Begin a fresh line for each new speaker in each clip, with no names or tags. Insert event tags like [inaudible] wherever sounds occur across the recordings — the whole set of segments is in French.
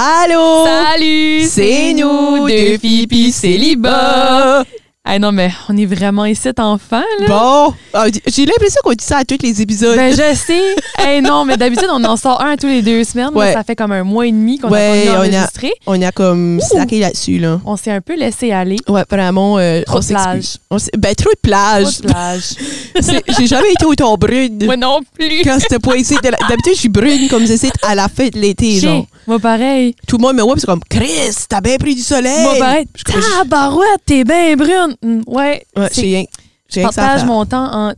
Allô
Salut,
C'est nous, deux pipis célibats.
Ah non, mais on est vraiment ici, enfant, là.
Bon, Ah, j'ai l'impression qu'on dit ça à tous les épisodes.
Ben, je sais. Eh non, mais d'habitude, on en sort un tous les deux semaines. Là,
Ouais.
ça fait comme un mois et demi qu'on
Ouais,
a
on a-
enregistré.
On a comme slacké là-dessus, là.
On s'est un peu laissé aller.
Ouais, vraiment, euh, on
Trop de
s'excuse. On s'est- Ben, trop de plages.
Trop de plage.
[laughs] C'est- J'ai jamais été autant brune [laughs]
[laughs] Moi non plus.
quand c'était pas ici. De la- D'habitude, je suis brune comme c'est à la fin de l'été, genre.
Chier. Moi pareil.
Tout le monde me voit, puis c'est comme « Chris, t'as bien pris du soleil! »
Moi ben, pareil.
Je crois que je-
Tabarouette, t'es bien brune. Mm, Ouais.
Ouais,
C'est-
j'ai rien- j'ai
je
rien que ça à
partage
faire.
mon temps en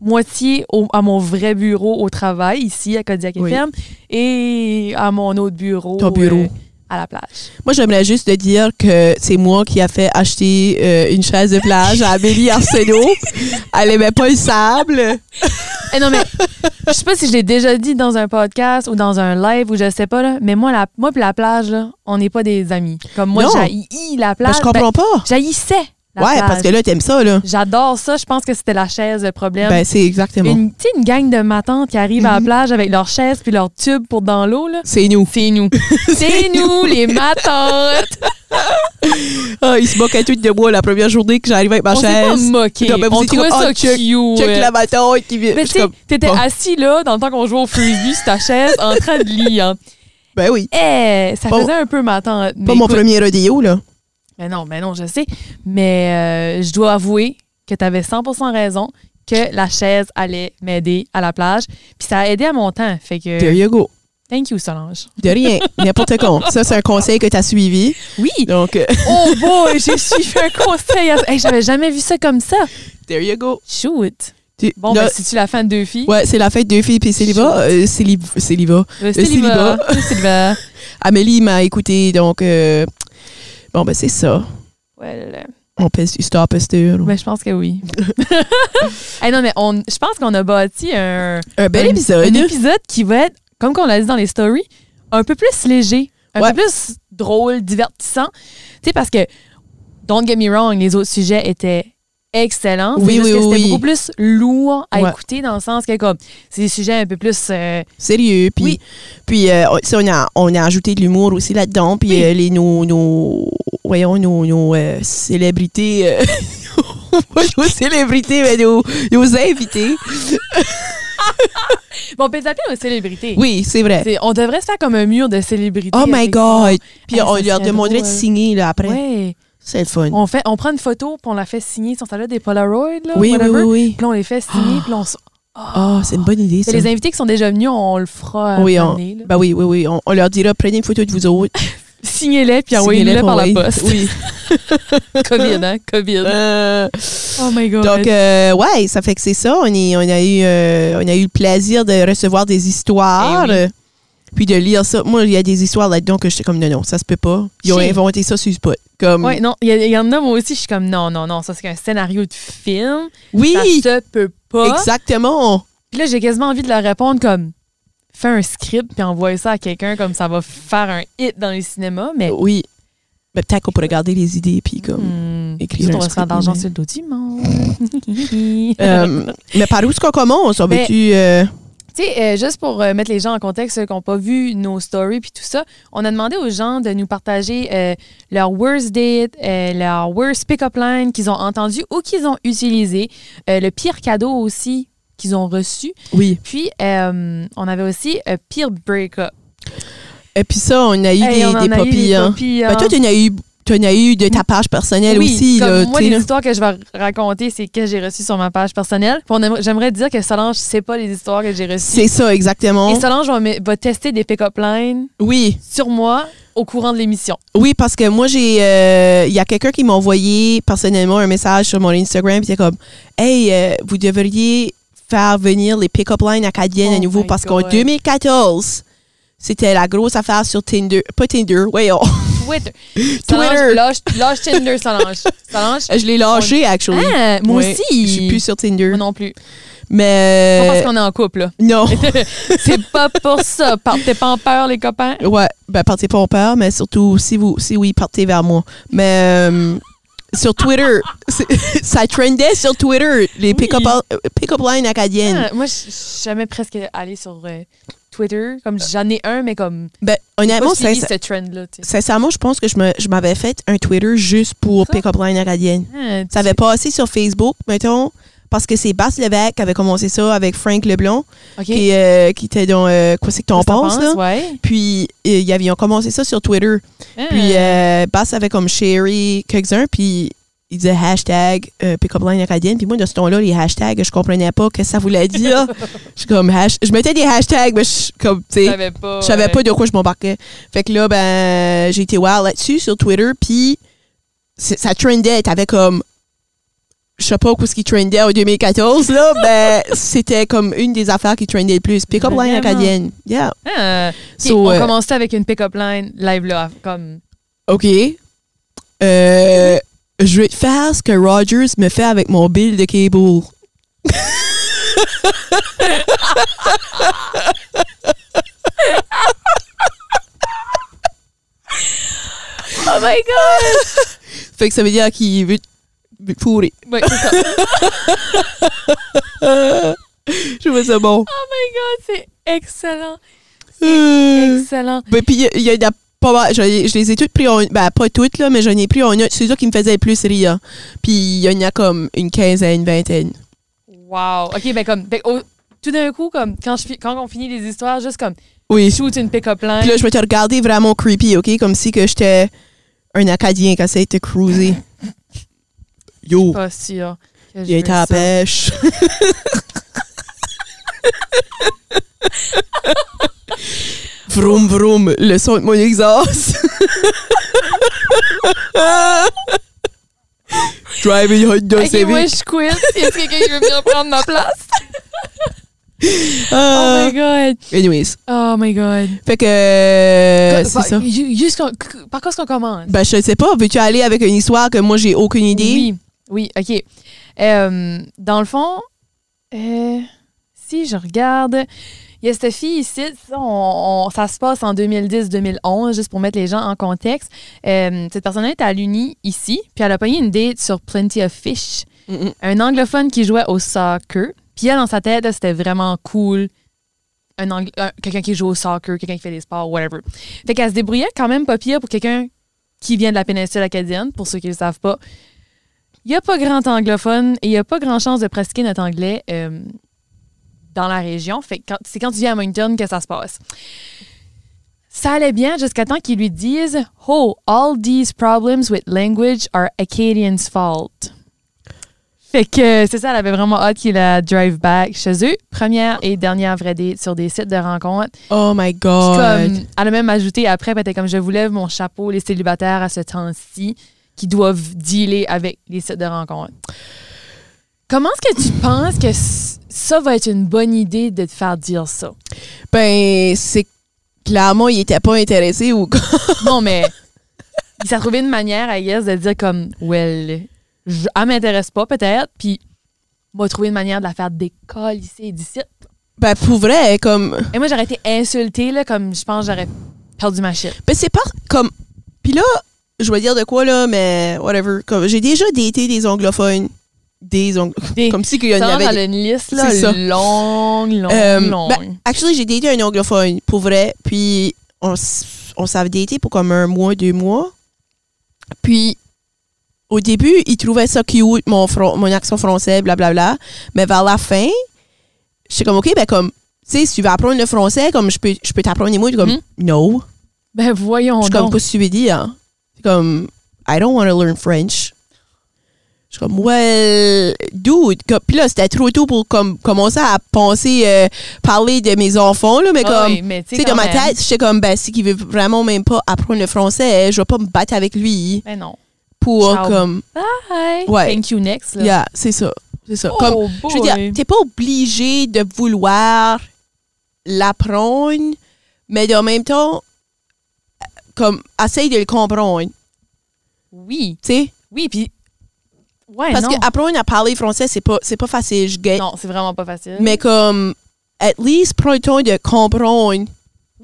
moitié au- à mon vrai bureau au travail, ici, à Kodiak
Oui.
FM, et à mon autre bureau. euh,
Ton bureau.
à la plage.
Moi, j'aimerais juste te dire que c'est moi qui a fait acheter euh, une chaise de plage à Amélie Arsenault.
[laughs]
Elle aimait pas le sable.
Eh non, mais je sais pas si je l'ai déjà dit dans un podcast ou dans un live ou je sais pas, là, mais moi, la, moi pis la plage, là, on n'est pas des amis. Comme moi,
Non.
j'haïs la
Ben,
plage.
je comprends pas.
Ben, j'haïssais la
ouais,
plage.
parce que là, t'aimes ça, là.
J'adore ça. Je pense que c'était la chaise le problème.
Ben, c'est exactement.
Une, tu sais, une gang de matantes qui arrivent à la
Mhm.
plage avec leur chaise puis leur tube pour dans
[laughs]
l'eau, là.
C'est nous.
C'est nous. C'est nous, les matantes.
Ah, ils se moquaient tous de moi la première journée que j'arrivais avec ma
on s'est pas
chaise.
moqué.
Non, mais vous
on
étiez
trouvait
comme,
ça
oh, check-
cute.
Check la matin qui vient.
Mais
Je
tu
suis
sais,
comme,
t'étais
bon,
assis là, dans le temps qu'on jouait au frisbee sur ta chaise, en train de lire.
Ben oui.
Eh, ça
Pas-
faisait un peu ma tante.
Pas
Mais
mon
écoute-
premier rodeo, là.
Mais non, mais non, je sais. Mais euh, je dois avouer que t'avais 100% raison que la chaise allait m'aider à la plage. Puis ça a aidé à mon temps. Fait
There
que,
you go.
thank you, Solange.
De
[laughs]
rien. N'importe quoi. Ça, c'est un conseil que t'as suivi.
Oui!
Donc, euh, [laughs]
Oh boy, j'ai [laughs] suivi un conseil. à- Hey, J'avais jamais vu ça comme ça.
there you go.
Shoot.
Tu-
Bon,
là-
ben, si tu la fan de deux filles, euh,
ouais, c'est la fête de filles puis célibat. Euh, célib- célibat.
le
célibat.
célibat. Le célibat.
Amélie m'a écouté, donc euh, bon ben c'est ça.
Ouais,
[laughs]
là, là.
On pèse du stop posture.
Ben, je pense
[laughs]
que oui. Hey, non, mais on, je pense qu'on a bâti un,
Un bel
un-
épisode.
Un épisode qui va être, comme qu'on l'a dit dans les stories, un peu plus léger, un
Ouais.
peu plus drôle, divertissant. Tu sais, parce que, don't get me wrong, les autres sujets étaient excellents. C'est
Oui,
juste
oui,
que
oui.
C'était beaucoup plus lourd à
Ouais.
écouter dans le sens que, comme, c'est des sujets un peu plus. euh,
Sérieux. Puis,
Oui.
puis euh, on- ça, on, a, on a ajouté de l'humour aussi là-dedans. Puis
Oui.
euh, les, nos, nos- voyons, nos, nos, euh, célébrités. euh, [laughs] pas nos célébrités, mais nos, nos invités.
Bon, peut-être aux célébrités.
Oui, c'est vrai.
C'est- On devrait se faire comme un mur de célébrités.
Oh my
avec-
God! Puis
Hey,
on
Ah, ça
leur
serait
demanderait de
drôle.
signer là, après.
Ouais.
C'est le fun.
On, fait, on prend une photo, puis on la fait signer. Ils sont là des Polaroids, là.
oui, oui, oui,
whatever.
oui.
Puis là, on les fait signer, puis là,
[gasps]
on se-
Ah, c'est une bonne idée, ça.
Mais les invités qui sont déjà venus, on le fera. à
Oui,
un
on-
moment donné, là.
Ben oui, oui, oui. On, on leur dira, prenez une photo de vous autres.
[laughs] Signez-les, puis
Signez-les
envoyez-les
pour
par la
envoyer.
poste.
Oui.
[laughs] COVID, hein? COVID.
Euh,
Oh my God.
Donc, euh, ouais, ça fait que c'est ça. On, est- on, a eu, euh, on a eu le plaisir de recevoir des histoires.
Eh oui.
euh, puis de lire ça. Moi, il y a des histoires là-dedans que j'étais comme, non, non, ça se peut pas. Ils ont
Chier.
inventé ça sur le spot. Comme,
ouais, non, il y, a- il y en a, moi aussi, je suis comme, non, non, non, ça, c'est un scénario de film. Ça
oui,
se peut pas.
exactement.
Puis là, j'ai quasiment envie de leur répondre comme, fais un script, puis envoie ça à quelqu'un, comme ça va faire un hit dans les cinémas, mais...
Oui. Mais peut-être qu'on pourrait garder les idées, puis comme...
Hmm,
écrire
juste,
un
on va se faire
script,
d'argent
mais-
sur le dos du [laughs] monde.
Euh, mais par où est-ce qu'on commence? On
Hmm. Ben,
veut-tu... euh,
Tu sais, euh, juste pour euh, mettre les gens en contexte, ceux qui n'ont pas vu nos stories puis tout ça, on a demandé aux gens de nous partager euh, leur worst date, euh, leur worst pick-up line qu'ils ont entendu ou qu'ils ont utilisé, euh, le pire cadeau aussi qu'ils ont reçu.
Oui.
Puis, euh, on avait aussi euh, pire break-up.
Et puis ça, on a eu
Hey, on en
des, des
a eu
papilles. hein.
papilles,
Ben,
hein.
toi, tu en as eu... Tu en as eu de ta page personnelle
Mm. Oui,
aussi.
comme
là,
moi,
tu sais,
les
là.
histoires que je vais raconter, c'est que j'ai reçu sur ma page personnelle. Puis on aimerait- J'aimerais dire que Solange, c'est pas les histoires que j'ai reçues.
C'est ça, exactement.
Et Solange va, me- va tester des pick-up lines
oui.
sur moi au courant de l'émission.
Oui, parce que moi, j'ai. euh, Il y a quelqu'un qui m'a envoyé personnellement un message sur mon Instagram. Puis il était comme Hey, euh, vous devriez faire venir les pick-up lines acadiennes à
Oh
nouveau
my
parce qu'en
God.
2014, c'était la grosse affaire sur Tinder. Pas Tinder,
[laughs]
voyons.
Twitter.
Twitter.
Solange, lâche, lâche Tinder, Solange. Solange.
Je l'ai lâché, actually.
Ah, moi
Ouais,
aussi.
Je suis plus sur Tinder.
Moi non plus. Pas parce
Mais.
qu'on est en couple, là.
Non.
[laughs] C'est pas pour ça. Partez pas en peur, les copains.
Ouais, ben partez pas en peur, mais surtout si vous si oui, partez vers moi. Mais euh, sur Twitter, [laughs] c'est- ça trendait sur Twitter les pick-up
Oui.
pick lines acadiennes.
Ah, moi, je je suis jamais presque allée sur euh, Twitter. Comme j'en ai un, mais comme.
Ben,
J'ai
honnêtement,
pas suivi
sinc-
ce trend-là. tu sais.
sincèrement, je pense que je me- je m'avais fait un Twitter juste pour
Ça?
Pick Up Line Acadienne.
Ah, tu-
Ça avait passé sur Facebook, mettons, parce que c'est Basse Lévesque qui avait commencé ça avec Frank Leblond,
OK.
qui, euh, qui était dans euh, Quoi c'est que t'en
Qu'est-ce que t'en
penses, là?
Ouais.
Puis, euh, ils avaient- ils ont commencé ça sur Twitter. Puis,
Ah.
euh, Bass avait comme Sherry, quelques-uns, puis il disait hashtag euh, pick-up line acadienne. Puis moi, de ce temps-là, les hashtags, je comprenais pas que ça voulait
[laughs]
dire. je, suis comme, hash- je mettais des hashtags, mais je, comme, tu sais,
savais pas.
je savais
ouais.
pas de quoi je m'embarquais. Fait que là, ben, j'ai été wild là-dessus sur Twitter, puis c'est- ça trendait. T'avais comme, je sais pas où ce qui trendait en 2014, là, [laughs] ben, c'était comme une des affaires qui trendait le plus. Pick-up line
Vraiment?
acadienne. Yeah.
Ah. Puis
So,
on
euh,
commençait avec une pick-up line live là, comme
OK. Euh, je vais te faire ce que Rogers me fait avec mon bill de cable.
Oh my god!
Fait que ça veut dire qu'il veut veut te fourrer.
[laughs] Ouais, c'est ça.
Je trouve ça bon.
Oh my god, c'est excellent!
[laughs] Euh,
Excellent!
ben, puis il y, a- il y en a pas mal. Je, je les ai toutes pris en. Ben, pas toutes, là, mais j'en ai pris en note. C'est ça qui me faisait le plus rire. Puis il y en a comme une quinzaine, vingtaine.
Wow! Ok, ben comme. fait que au- tout d'un coup, comme quand, je, fi- quand on finit les histoires, juste comme
Oui.
shoot une pick-up line.
Puis là, je vais te regarder vraiment creepy, OK? Comme si que j'étais un Acadien qui essayait de te cruiser. Yo,
pas sûr. que je
il a été
veux
à la
ça. [laughs]
pêche. vroom, vroom, le son de mon exhaust. Driving hot dog,
Ok,
c'est
moi
vite.
je quitte. Y a quelqu'un qui veut bien prendre ma place?
Ah.
Oh my god!
Anyways,
Oh my god!
fait que euh, c'est
Par-
ça.
ju- Juste qu'on- par quoi est-ce qu'on commence?
Ben, je sais pas, veux-tu aller avec une histoire que moi j'ai aucune idée?
Oui, oui, OK. Euh, dans le fond, euh, si je regarde, il y a cette fille ici, ça, on- on- ça se passe en 2010-2011, juste pour mettre les gens en contexte. Euh, cette personne-là était à l'Uni ici, puis elle a pogné une date sur Plenty of Fish,
Mhm.
un anglophone qui jouait au soccer. Puis elle, dans sa tête, là, c'était vraiment cool. Un Ang- un- quelqu'un qui joue au soccer, quelqu'un qui fait des sports, whatever. Fait qu'elle se débrouillait quand même pas pire pour quelqu'un qui vient de la péninsule acadienne, pour ceux qui ne le savent pas. Il n'y a pas grand anglophone et il n'y a pas grand chance de pratiquer notre anglais euh, dans la région. Fait que quand- c'est quand tu viens à Moncton que ça se passe. Ça allait bien jusqu'à temps qu'ils lui disent Oh, all these problems with language are Acadians' fault. Fait que c'est ça, elle avait vraiment hâte qu'il la drive back chez eux. Première et dernière vraie date sur des sites de rencontres.
Oh my
Puis
god.
comme, elle a même ajouté après, peut-être comme je vous lève mon chapeau, les célibataires à ce temps-ci qui doivent dealer avec les sites de rencontres. Comment
[laughs]
est-ce que tu penses que c- ça va être une bonne idée de te faire dire ça?
Ben, c'est clairement, il était pas intéressé ou quoi.
Non, mais il s'est trouvé une manière, I guess, de dire comme, well, je, elle m'intéresse pas peut-être, puis m'a trouvé une manière de la faire décollisser d'ici.
Ben, pour vrai, comme.
Et moi, j'aurais été insultée, là, comme je pense que j'aurais perdu ma shit.
Ben, c'est pas comme. Puis là, je vais dire de quoi, là, mais whatever. Comme, j'ai déjà daté des anglophones. Des anglophones.
Des-
Comme si qu'il y en
Ça,
avait.
elle a une liste là,
C'est ça.
longue, longue,
Euh,
longue.
ben, actually, j'ai daté un anglophone, pour vrai. Puis, on, s- on s'avait daté pour comme un mois, deux mois. Puis, au début, il trouvait ça cute, mon, fran- mon accent français, blablabla. Mais vers la fin, j'étais comme, OK, ben comme, tu sais, si tu veux apprendre le français, comme, je peux, je peux t'apprendre les mots. Il est comme,
Mhm.
no.
Ben, voyons
Je suis comme,
donc.
qu'est-ce que tu veux dire? C'est comme, I don't want to learn French. Je suis comme, well, dude. Comme- Puis là, c'était trop tôt pour comme, commencer à penser, euh, parler de mes enfants, là, mais
Ah
comme,
oui, mais
tu sais, dans
quand
ma
même.
tête, j'étais comme, ben, si qu'il veut vraiment même pas apprendre le français, je vais pas me battre avec lui
Ben non.
pour,
Ciao.
comme,
Hi.
Ouais.
Thank you next. Là.
yeah, c'est ça. C'est ça. Comme,
oh,
je veux dire,
boy.
t'es pas obligé de vouloir l'apprendre, mais en même temps, euh, comme, essaye de le comprendre,
Oui.
tu sais?
Oui, puis. Ouais,
Parce
non.
que ah, apprendre à parler français, c'est pas, c'est pas facile, je gagne.
Non, c'est vraiment pas facile.
Mais comme, at least, prends le temps de comprendre.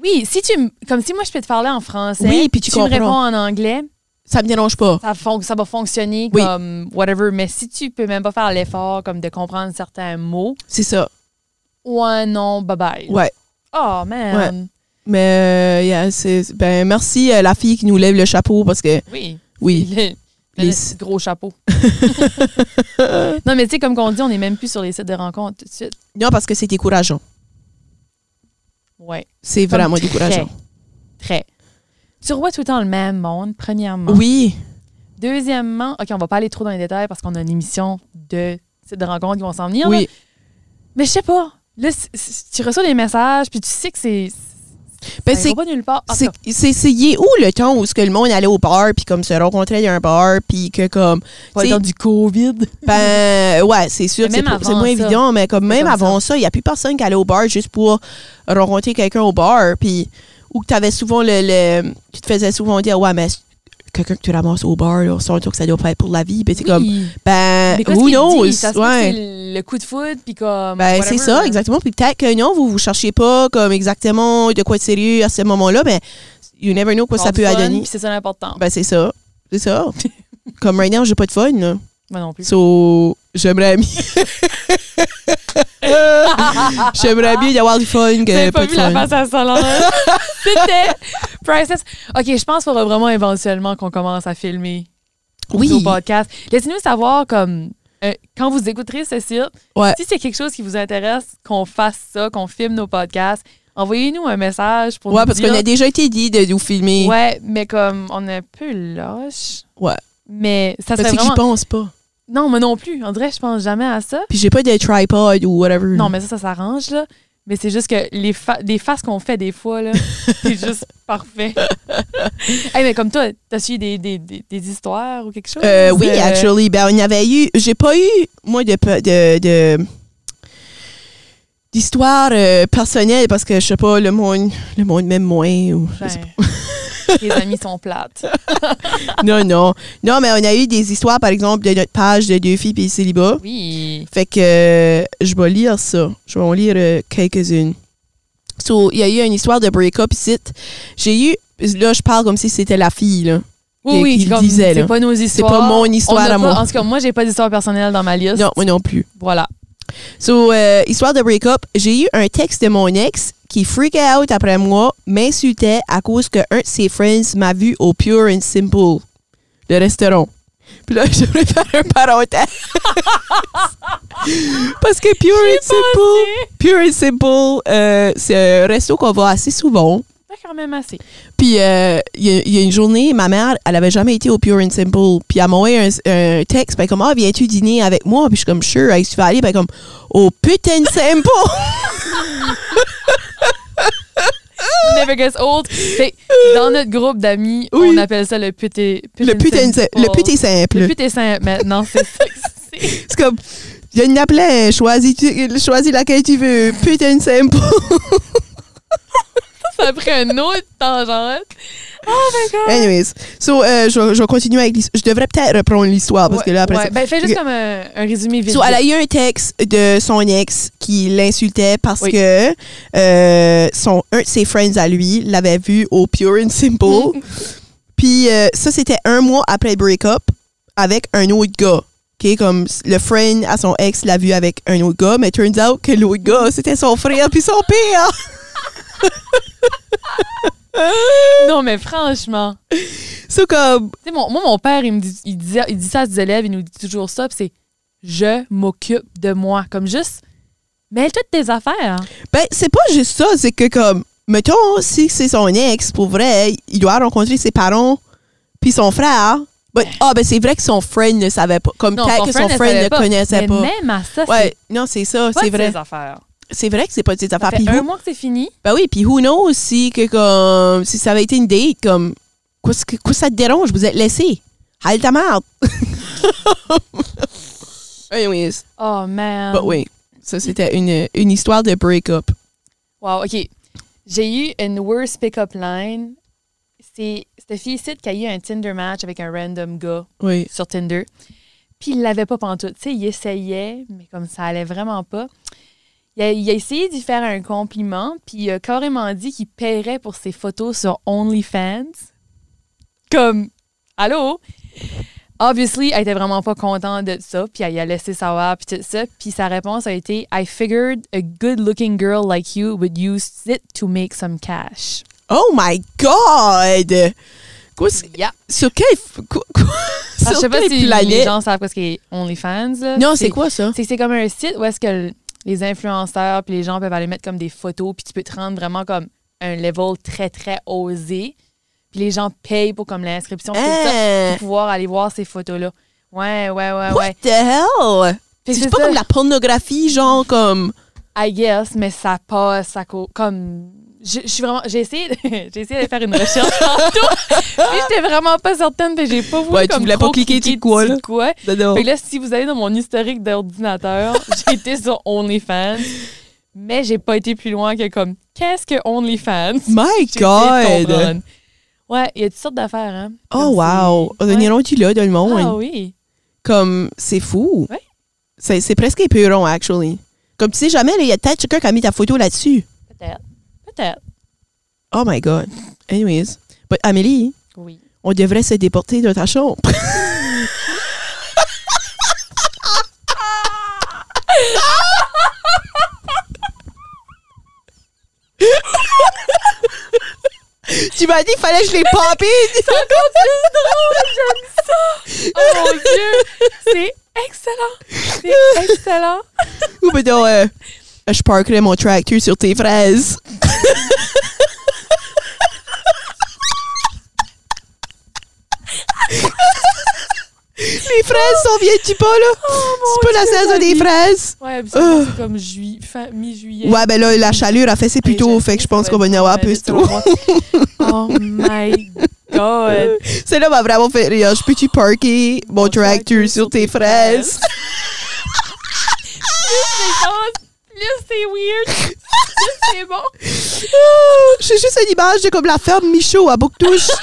Oui, si tu. m- Comme si moi, je peux te parler en français.
Oui, puis tu
tu me
comprends.
réponds en anglais,
Ça me dérange pas.
ça, fon- ça va fonctionner
Oui.
comme whatever. Mais si tu peux même pas faire l'effort comme de comprendre certains mots,
C'est ça.
ouais, non, bye bye.
Ouais.
Oh, man.
Mais, euh, yeah, c'est- ben, merci à la fille qui nous lève le chapeau parce que,
Oui.
oui.
Le-
Les-
le
[laughs]
Gros chapeau. non, mais tu sais, comme qu'on dit, on n'est même plus sur les sites de rencontres tout de suite.
Non, parce que c'est décourageant.
Ouais.
C'est
Comme
vraiment
très.
décourageant.
Très. Tu revois tout le temps le même monde, premièrement.
Oui.
Deuxièmement, OK, on va pas aller trop dans les détails parce qu'on a une émission de sites de rencontres qui vont s'en venir. là.
Oui. Ben,
Mais je sais pas. Là, c- c- tu reçois des messages, puis tu sais que c'est.
Ben,
ça
c'est
ira pas nulle part. En
C'est
tout cas,
c'est- c'est- il est où le temps où ce que le monde allait au bar puis comme se rencontrait dans un bar puis que comme
pas le
t'sais-
temps du COVID.
ben ouais c'est sûr
Mm-hmm. Mais
que c'est
même
pas- c'est
avant
moins
ça,
évident mais comme même
comme
avant ça il y a plus personne qui allait au bar juste pour rencontrer quelqu'un au bar puis ou que t'avais souvent le, le- tu te faisais souvent dire ouais mais quelqu'un que tu ramasses au bar là, on sent que ça doit pas être pour la vie puis c'est comme
Oui.
ben
Mais qu'est-ce
who
qu'il
knows
dit? Ça se peut que
ouais
c'est le coup de foot, puis comme.
ben,
whatever.
c'est ça, exactement. Puis peut-être que non, vous ne cherchez pas comme exactement de quoi de sérieux à ce moment-là, mais you never know quoi
Avoir
ça
du
peut
fun,
adonner.
puis C'est ça l'important.
Ben, c'est ça. C'est
[laughs]
ça. Comme right now, j'ai pas de fun. Là.
Moi non plus.
So, j'aimerais
[laughs]
mieux. j'aimerais mieux y avoir du fun que
T'avais
pas,
pas
de
vu la
fun.
face à
[laughs]
Solange. C'était Princess. OK, je pense qu'il faudra vraiment éventuellement qu'on commence à filmer
Oui.
nos podcasts. Laissez-nous savoir, comme, euh, quand vous écouterez ce site,
Ouais.
si c'est quelque chose qui vous intéresse, qu'on fasse ça, qu'on filme nos podcasts, envoyez-nous un message pour
Ouais,
nous
parce
dire.
qu'on a déjà été dit de nous filmer.
Ouais, mais comme, on est un peu lâche.
Ouais.
Mais ça
parce
serait
que j'y
vraiment...
pense pas.
Non, moi non plus. En vrai, je pense jamais à ça.
Puis j'ai pas de tripod ou whatever.
Non, mais ça, ça s'arrange, là. Mais c'est juste que les, fa- les faces qu'on fait des fois,
[laughs]
là, c'est juste parfait. hey, mais comme toi, t'as suivi des, des, des, des histoires ou quelque chose?
Euh, oui,
Euh,
actually. Ben, on y avait eu. J'ai pas eu, moi, de. pe- de, de- d'histoire euh, personnelle parce que je sais pas le monde le monde m'aime moins
[laughs]
ou je sais
ben, [laughs] les amis sont plates.
Non, non. Non, mais on a eu des histoires, par exemple, de notre page de deux filles puis célibat.
Oui.
Fait que euh, je vais lire ça. Je vais en lire euh, quelques-unes. So, il y a eu une histoire de break-up ici. J'ai eu. Là, je parle comme si c'était la fille, là.
Oui,
Et
oui,
qu'il
comme
disait,
c'est
là.
pas nos histoires.
pas mon
On n'a
histoire à
pas-
moi.
En tout cas, moi, j'ai pas d'histoire personnelle dans ma liste.
Non, moi non plus.
Voilà.
So, euh, histoire de break-up, j'ai eu un texte de mon ex qui freakait out après moi, m'insultait à cause que un de ses friends m'a vu au Pure and Simple, le restaurant. Puis là, [laughs] je voulais faire un parenthèse. [laughs] Parce que Pure and Simple, Pure and Simple, euh, c'est un resto qu'on va assez souvent.
Pas Ben, quand même assez.
Puis euh, il y, a- il y a une journée, ma mère, elle avait jamais été au Pure and Simple. Puis elle m'a envoyé un, un texte, ben comme ah viens-tu dîner avec moi Puis je suis comme sure, est-ce que tu vas aller Ben comme au putain de Simple. [laughs]
Never gets old. Fait que dans notre groupe d'amis,
Oui.
on appelle ça le puté.
le putain de Simple. Le putain simple.
Le puté simple. Maintenant, c'est ça que c'est.
C'est comme il y en a plein. Choisis, tu- choisis laquelle tu veux. Putain de Simple.
Ça a pris un autre tangente. Oh my god.
Anyways, so euh, je, vais- je vais continuer avec l'histoire. Je devrais peut-être reprendre l'histoire parce que là après
Ouais,
ça-
Ben, fais juste
Ok.
comme un, un résumé vite.
So, elle a
vite.
eu un texte de son ex qui l'insultait parce
Oui.
que euh, son, un de ses friends à lui l'avait vu au Pure and Simple. Puis euh, ça, c'était un mois après le break-up avec un autre gars. ok comme le friend à son ex l'a vu avec un autre gars, mais turns out que l'autre gars, c'était son frère puis son père. [laughs]
Non, mais franchement.
C'est comme,
Tu sais, mon- moi, mon père, il me dit, il, disait- il dit ça à ses élèves, il nous dit toujours ça, puis c'est je m'occupe de moi. Comme juste, mêle toutes tes affaires.
ben, c'est pas juste ça, c'est que comme, mettons, si c'est son ex, pour vrai, il doit rencontrer ses parents puis son frère. But- Ah, ben, c'est vrai que son friend ne savait pas. Comme
Non,
peut-être
son
que
friend
son
ne
friend
savait
ne
pas.
connaissait
Mais
pas.
même à ça,
Ouais, non, c'est ça,
c'est
c'est
pas
vrai.
tes affaires.
C'est vrai que c'est pas de ses affaires.
Fait
Puis
un
who-
mois que c'est fini.
ben oui, puis who knows si, que, comme, si ça avait été une date, comme, quoi que quoi ça te dérange, vous êtes laissé. Halle ta merde. [laughs] Anyways,
Oh man.
but oui, ça c'était une, une histoire de break-up.
Wow, OK. J'ai eu une worst pick-up line. C'est cette fille-ci qui a eu un Tinder match avec un random gars
Oui.
sur Tinder. Puis il l'avait pas pantoute. Tu sais, il essayait, mais comme ça allait vraiment pas. Il a, il a essayé d'y faire un compliment, puis il a carrément dit qu'il paierait pour ses photos sur OnlyFans. Comme, allô? Obviously, elle était vraiment pas contente de ça, puis elle y a laissé savoir, puis tout ça. Puis sa réponse a été I figured a good-looking girl like you would use it to make some cash.
Oh my God! Quoi, c'est-
Yeah.
sur quelle quoi, quoi,
Parce que Ah, je
sur
sais pas
quelle
si les
planète?
gens savent quoi ce qu'est OnlyFans. là.
Non, c'est quoi ça?
C'est c'est comme un site où est-ce que l- les influenceurs puis les gens peuvent aller mettre comme des photos puis tu peux te rendre vraiment comme un level très très osé. Puis les gens payent pour comme l'inscription puis tout ça,
Hein?
pour pouvoir aller voir ces photos là. Ouais, ouais, ouais,
What
ouais.
the hell?
Fait que
C'est pas
ça,
comme la pornographie, genre comme.
I guess, mais ça passe, ça co- comme je je suis vraiment j'ai essayé de- [laughs] j'ai essayé de faire une recherche tantôt. [laughs] puis j'étais vraiment pas certaine, fait que j'ai pas voulu
Ouais, tu
comme
voulais
trop
pas cliquer
cliquer
sur quoi,
dessus
là.
de quoi.
Oh.
Fait que là, si vous allez dans mon historique d'ordinateur, [laughs] j'ai été sur OnlyFans, mais j'ai pas été plus loin que comme qu'est-ce que OnlyFans? [laughs]
My
J'ai essayé de
God!
comprendre. Ouais, il y a toutes sortes d'affaires, hein.
Oh
Comme
wow! On
c'est-
en est
Ouais.
rendu là dans le monde.
Ah oui.
Comme, c'est fou.
Ouais.
C'est c'est presque épeurant, actually. Comme tu sais jamais, là, il y a peut-être quelqu'un qui a mis ta photo là-dessus.
Peut-être. Peut-être.
Oh my God. Anyways. But Amélie,
Oui.
on devrait se déporter de ta chambre. [laughs] tu m'as dit qu'il fallait que je les pompine. [laughs]
Oh mon Dieu! C'est excellent! C'est
[laughs]
excellent!
Ou ben donc, euh, je parkerai mon tracteur sur tes fraises. [laughs] Les fraises sont vieilles, tu pas là? c'est pas la saison des fraises.
Ouais, puis ça, c'est comme jui- fin- mi-juillet.
Ouais, ben là, la chaleur a fait c'est
Hey,
plus tôt,
je
fait que
sais,
je pense
ça
qu'on va
être
y avoir
mauvais,
plus trop.
Oh
[laughs]
my God!
Celle-là m'a vraiment fait rire. Je peux-tu parker mon tracteur sur tes fraises?
Plus c'est bon, plus c'est weird, plus c'est bon.
[laughs] Ah, J'ai juste une image de comme la ferme Michaud à
[laughs]
Bouctouche. [laughs]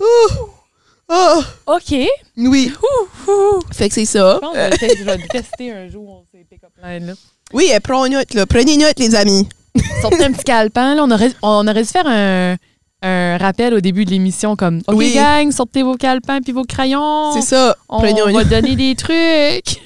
oh. Oh.
OK.
Oui,
Ouh, ouh.
fait que c'est ça.
Je pense que peut-être que je vais le tester un jour, ces pick-up lines-là.
Oui, eh, prends note, là. prenez note, les amis.
Sortez un petit calepin. Là, on, aurait, on aurait dû faire un, un rappel au début de l'émission comme OK,
Oui.
gang, sortez vos calepins puis vos crayons.
C'est ça.
On
Prenez
va donner des
[laughs]
trucs.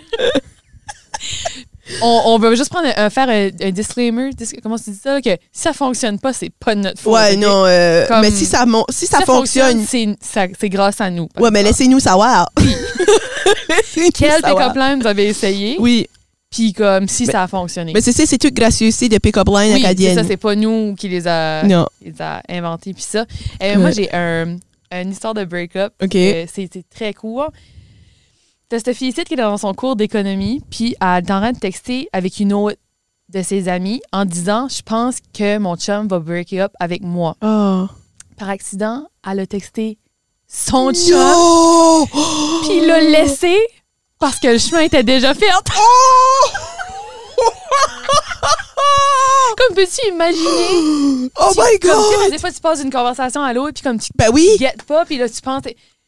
on, on va juste prendre un, un- faire un, un disclaimer. dis- comment tu dis ça? là, que si ça fonctionne pas, c'est pas de notre faute.
Ouais,
ok?
non. euh,
Comme-
Mais si ça, mon- si ça, fonctionne,
c'est- ça- c'est grâce à nous. par
ouais, mais
exemple.
laissez-nous savoir. [laughs] Laissez-nous
Quel
savoir.
pick-up line vous avez essayé?
Oui,
Puis comme si
Mais-
ça a fonctionné.
mais c'est ça, c'est toute gracieuseté de pick-up line
oui, c'est
acadienne.
ça, c'est pas nous qui les a,
non,
les a inventés. Puis ça, Euh, moi,
Ouais.
j'ai un, une histoire de break-up.
OK.
Euh, c'est c'est très court. T'as cette fille-ci qui est dans son cours d'économie, puis elle est en train de texter avec une autre de ses amies en disant Je pense que mon chum va break up avec moi.
Oh.
Par accident, elle a texté son chum,
Non!
puis il
Oh.
l'a laissé parce que le chemin était déjà fait. Comme peux-tu imaginer
[laughs] Oh
tu-
my
comme, tu sais,
god!
des fois, tu passes d'une conversation à l'autre, puis comme tu
Ben oui!
guettes pas, puis là, tu penses.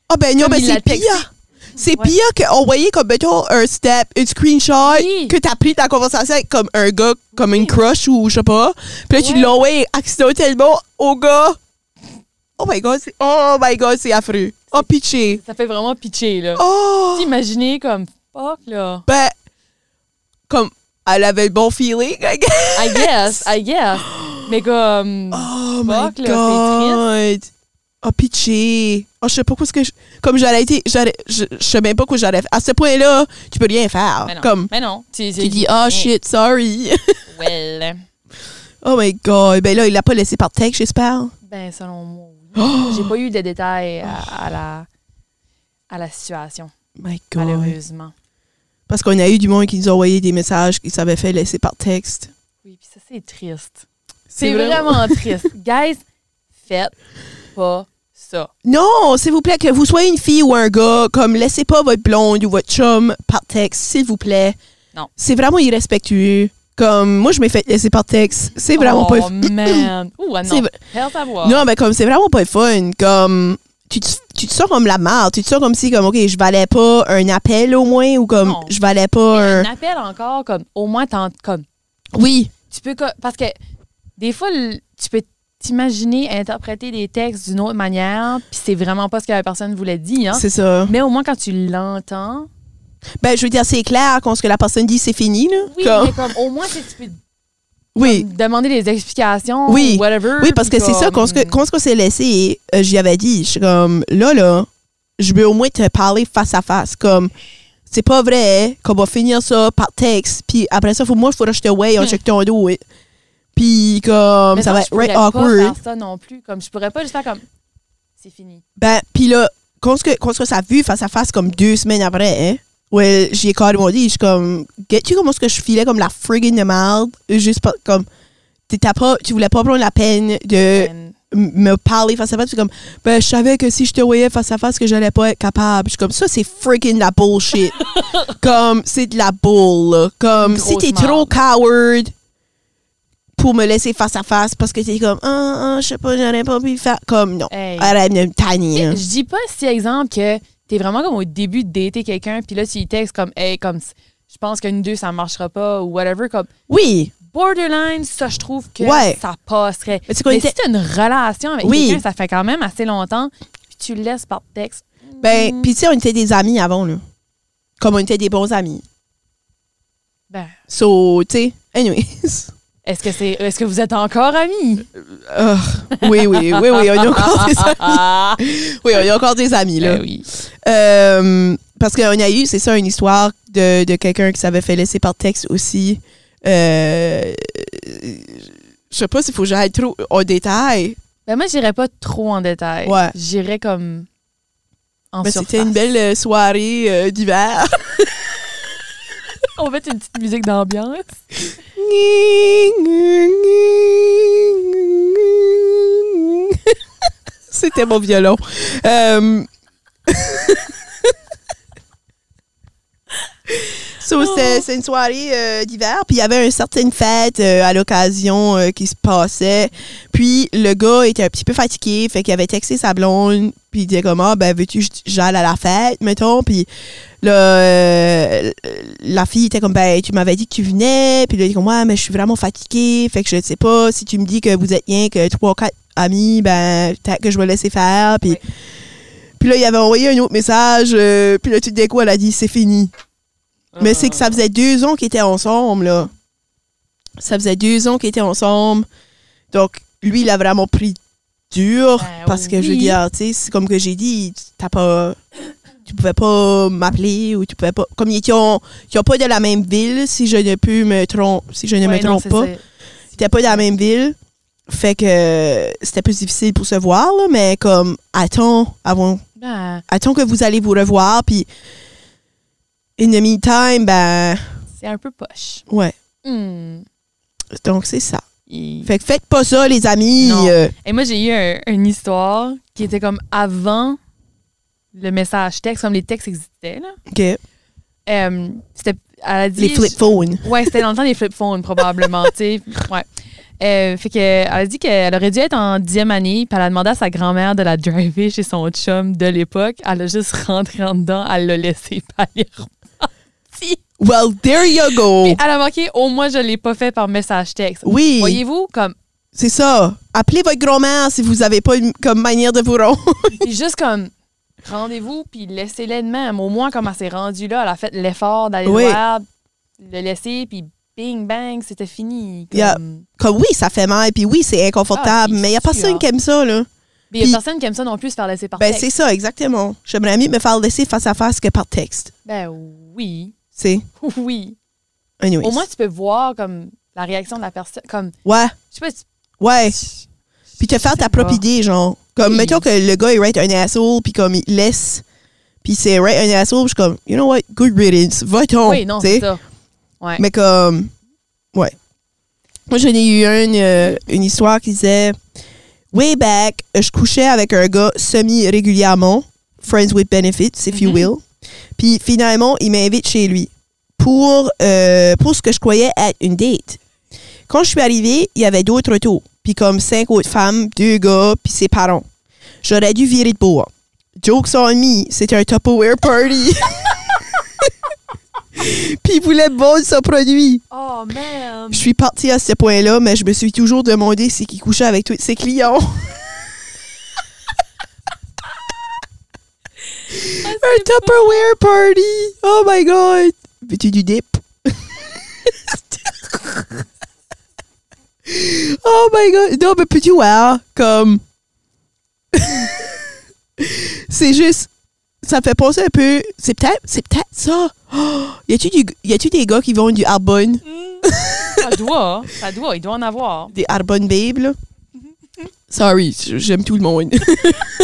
Ah ben non,
Comme
ben
il l'a
c'est
texté.
pire! C'est
Ouais.
pire qu'envoyer comme, mettons, un step, une screenshot,
Oui.
que t'as pris ta conversation avec comme un gars, comme
Oui.
une crush ou je sais pas. Puis là, tu
Ouais.
l'as envoyé accidentellement au gars. Oh my god, c'est, oh my god, c'est affreux. Oh, pitché.
Ça fait vraiment pitcher, là.
Oh!
T'imaginer comme fuck, là.
Ben, comme, elle avait le bon feeling, I guess.
I guess, I guess. Mais comme.
Oh
Fuck,
my
là, c'est
god! Oh, pitché! Oh, je sais pas quoi ce que je. Comme j'aurais été. j'aurais- Je je sais même pas quoi j'aurais fait. À ce point-là, tu peux rien faire.
mais Ben non.
Comme,
Mais non. Tu,
tu dis, oh shit, sorry. [laughs]
Well.
oh my god! Ben là, il l'a pas laissé par texte, j'espère.
Ben, selon moi, oui.
Oh
[gasps] J'ai pas eu de détails à, à la, à la situation,
my god!
malheureusement.
Parce qu'on a eu du monde qui nous a envoyé des messages qu'ils savaient fait laisser par texte.
Oui, puis ça, c'est triste. C'est vraiment...
[laughs]
triste. Guys, faites pas ça.
Non, s'il vous plaît, que vous soyez une fille ou un gars, comme laissez pas votre blonde ou votre chum par texte, s'il vous plaît.
Non.
C'est vraiment irrespectueux. Comme moi, je m'ai fait laisser par texte. C'est vraiment
oh,
pas.
man.
[clears throat]
Ouh, ah
ben, C'est
non.
v-
Hell savoir.
Non, mais comme c'est vraiment pas le fun. Comme tu te, tu te sens comme la merde. Tu te sens comme si, comme, OK, je valais pas un appel au moins ou comme
Non.
je valais pas un.
Un appel encore, comme, au moins, t'en- comme,
Oui.
tu peux co- parce que des fois le- tu peux t'imaginer interpréter des textes d'une autre manière, puis c'est vraiment pas ce que la personne voulait dire. hein.
C'est ça.
Mais au moins, quand tu l'entends,
Ben, je veux dire, c'est clair quand ce que la personne dit, c'est fini, là.
oui,
Comme-
mais comme, au moins, si tu peux
Oui.
demander des explications
Oui.
ou whatever.
Oui, parce que
puis
c'est ça,
comme-
quand ce que- quand ce qu'on s'est laissé, euh, j'y avais dit, je suis comme, là, là, je veux au moins te parler face à face, comme, c'est pas vrai qu'on va finir ça par texte, puis après ça, faut, moi, il faudra que je te ouais, on
Hmm.
check ton dos, ouais. Puis comme,
Mais
ça
non,
va être
je pourrais
right
pas
awkward.
faire ça non plus. Comme, je pourrais pas juste faire comme, c'est fini.
Ben, puis là, quand ce que, quand ce que ça a vu face à face, comme deux semaines après, hein, ouais, j'ai carrément dit, je suis comme, get-tu comment ce que je filais comme la friggin' de merde, juste pas, comme, t'étais pas, tu voulais pas prendre la peine de...
And-
m- me parler face à face. Je suis comme, ben, je savais que si je te voyais face à face, que j'allais pas être capable. Je suis comme, ça, c'est freaking la
[laughs]
bullshit. comme, c'est de la boule. là. Comme,
Une
si t'es
grosse
trop coward pour me laisser face à face parce que t'es comme, ah, ah, je sais pas, j'aurais pas pu faire. Comme, non.
Hey.
Arrête de me tanner.
[laughs]
hein.
Je dis pas si, exemple, que t'es vraiment comme au début de dater quelqu'un, puis là, tu lui textes comme, hey, comme, je pense que nous deux, ça marchera pas, ou whatever. Comme,
Oui,
borderline, ça, je trouve que
Ouais.
ça passerait.
Mais c'est qu'on
Mais
était-
si t'as une relation avec
Oui.
quelqu'un, ça fait quand même assez longtemps, puis tu le laisses par texte.
ben,
Mm,
pis tu sais, on était des amis avant, là. Comme on était des bons amis.
ben,
So, tu sais, anyways. [laughs]
est-ce que c'est, est-ce que vous êtes encore amis?
Ugh. oui, oui, oui, oui, on est encore
[laughs]
des amis. Oui, on est encore des amis, là.
Ah! Ben oui.
Euh, parce qu'on a eu, c'est ça, une histoire de, de quelqu'un qui s'avait fait laisser par texte aussi. Euh, je sais pas s'il faut que j'aille trop en détail.
Ben moi, j'irais pas trop en détail.
Ouais.
J'irais comme en
Mais
surface.
c'était une belle euh, soirée euh,
[laughs]
d'hiver.
On met une petite musique d'ambiance.
c'était mon violon. Euh, [laughs] So, c'est c'est une soirée euh, d'hiver, puis il y avait une certaine fête euh, à l'occasion euh, qui se passait. Puis le gars était un petit peu fatigué, fait qu'il avait texté sa blonde, puis il disait comme ah ben veux-tu que j'aille à la fête, mettons. Puis là, euh, la fille était comme ben tu m'avais dit que tu venais, puis là il dit comme ouais mais je suis vraiment fatigué, fait que je ne sais pas si tu me dis que vous êtes rien que trois quatre amis, ben peut-être que je vais laisser faire. Puis
Ouais.
puis là il avait envoyé un autre message, euh, puis là tout d'un coup elle a dit c'est fini.
Ah.
Mais c'est que ça faisait deux ans qu'ils étaient ensemble, là. Ça faisait deux ans qu'ils étaient ensemble. Donc, lui, il a vraiment pris dur.
Ben
parce que, je veux
oui.
dire, tu sais, c'est comme que j'ai dit, tu- t'as pas... Tu pouvais pas m'appeler ou tu pouvais pas... Comme ils étaient en- ils sont pas de la même ville, si je ne peux me trompe, si je ne me
Ouais, non,
trompe
c'est
pas.
ça.
Ils étaient pas de la même ville. Fait que c'était plus difficile pour se voir, là, mais comme, attends, avant
Ben,
attends que vous allez vous revoir, puis in the meantime, ben,
c'est un peu poche.
ouais.
Hmm.
Donc, c'est ça.
Et-
Fait que faites pas ça, les amis.
Non.
Euh,
Et moi, j'ai eu un- une histoire qui était comme avant le message texte, comme les textes existaient. Là.
que
Euh, c'était, elle a dit,
les flip phones.
Ouais, c'était dans le temps des flip phones, probablement, tu sais. Ouais. Euh, fait que, elle a dit qu'elle aurait dû être en dixième année, puis elle a demandé à sa grand-mère de la driver chez son chum de l'époque. Elle a juste rentré en dedans, elle l'a laissé [laughs] pas aller repartir.
Well, there you
Puis [laughs]
go.
elle a marqué, au moins, je l'ai pas fait par message texte.
Oui,
Voyez-vous, comme,
c'est ça. Appelez votre grand-mère si vous avez pas une comme manière de vous [laughs] rendre.
puis juste comme, rendez-vous, puis laissez-les de même. Au moins, comme elle s'est rendue là, elle a fait l'effort d'aller le
Oui.
voir, le laisser, puis bing, bang, c'était fini. Comme,
Yeah. Comme oui, ça fait mal, puis oui, c'est inconfortable,
Ah,
mais il y a
c'est sûr.
personne qui aime ça, là.
Puis il y a
Puis-
personne qui aime ça non plus, se faire laisser par
Ben,
texte.
c'est ça, exactement. J'aimerais mieux me faire laisser face à face que par texte.
Ben oui, [laughs]
C'est.
oui.
Anyways.
Au moins, tu peux voir comme la réaction de la personne. Comme,
Ouais,
je sais pas, tu-
ouais. Eh, Puis te faire ta propre
pas.
idée, genre. Comme,
Oui.
mettons que le gars, il write un asshole, puis comme, il laisse. Puis c'est write un asshole, puis je suis comme, you know what, good riddance, va-t'en.
Oui, non,
tu
c'est
sais.
ça. Ouais.
Mais comme, ouais. Moi, j'en ai eu une, euh, une histoire qui disait Way back, je couchais avec un gars semi-régulièrement, Friends with Benefits, if you
Mhm.
will. Puis finalement, il m'invite chez lui pour, euh, pour ce que je croyais être une date. Quand je suis arrivée, il y avait d'autres taux. Puis comme cinq autres femmes, deux gars, puis ses parents. J'aurais dû virer de bois. Jokes on me, c'était un Tupperware party. [laughs] Puis il voulait vendre son produit.
Oh, man.
Je suis partie à ce point-là, mais je me suis toujours demandé c'est qui couchait avec tous ses [laughs] clients. Un Tupperware party! Oh my god! Veux-tu du dip? [laughs] oh my god! Non, mais peux-tu voir? Comme. [laughs] c'est juste. Ça me fait penser un peu. C'est peut-être c'est peut ça. [gasps] Oh, y a-tu du- y a-tu des gars qui vendent du Arbonne?
ça doit. Ça doit. Il doit en avoir.
des Arbonne Babe, là.
Mhm.
Sorry, j- j'aime tout le monde.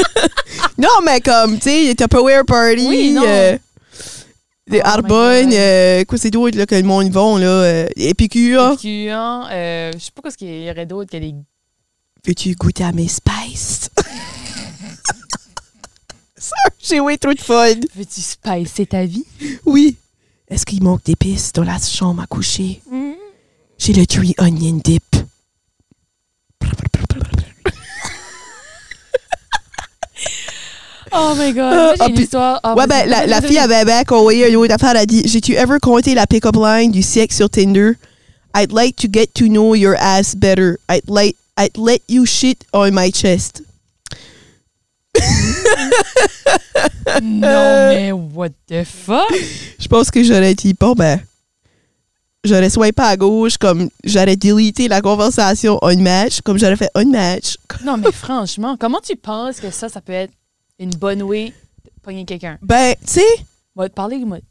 [laughs] non, mais comme, tu sais, les Tupperware Party,
Oui, non.
euh, les
Oh my
Arbonne,
God.
euh, quoi c'est d'autre là, que le monde vont, là, euh, Épicure.
Épicuant, euh, je sais pas ce qu'il y aurait d'autre que les.
Veux-tu goûter à mes spices? [laughs] Sorry, j'ai ouais trop de fun.
Veux-tu spicer ta vie?
Oui. Est-ce qu'il manque d'épices dans la chambre à coucher? J'ai le chewy onion dip.
Oh my god.
Ah,
Moi, j'ai
ah,
une
puis-
histoire. Ah,
ouais,
vas-y,
ben, la,
vas-y,
la
vas-y,
fille
vas-y.
avait bien envoyé une autre affaire. Elle a dit J'ai-tu ever compté la pick-up line du siècle sur Tinder I'd like to get to know your ass better. I'd, like, I'd let you shit on my chest.
[laughs] Non, mais what the fuck?
Je pense que j'aurais dit Bon, ben, j'aurais swipé à gauche, comme j'aurais deleté la conversation on match, comme j'aurais fait on match.
Non, mais franchement, comment tu penses que ça, ça peut être une bonne way de pogner quelqu'un?
Ben, tu sais,
Va te parler, va te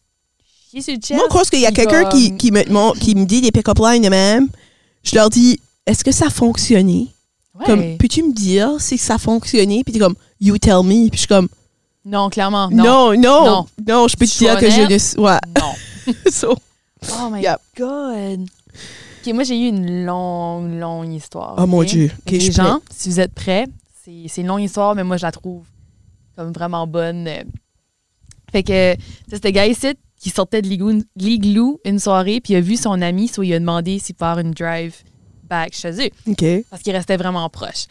chier sur le chest.
moi, je pense qu'il y a
puis
quelqu'un qui,
comme-
qui, me, demande- qui me dit des pick-up lines de même. Je leur dis Est-ce que ça a fonctionné
Ouais.
Comme, peux-tu me dire si ça a fonctionné? Puis t'es comme, you tell me. Puis je suis comme,
Non, clairement, Oh, non.
non, non, non,
Non.
je peux te
Je suis
dire que je
honnête. Mm.
ne suis. Ouais.
Non.
[laughs] So,
Oh my
Yep.
god. OK, moi, j'ai eu une longue, longue histoire.
oh mon
ok?
Dieu.
Fait
Ok, je
que les
suis
gens, si vous êtes prêts, c'est c'est une longue histoire, mais moi, je la trouve comme vraiment bonne. euh. Fait que, tu sais, c'était gars ici qui sortait de l'Igloo- l'Igloo une soirée, puis il a vu son ami, soit il a demandé s'il peut faire une drive back chez eux,
prête. Ok.
parce qu'il restait vraiment proche.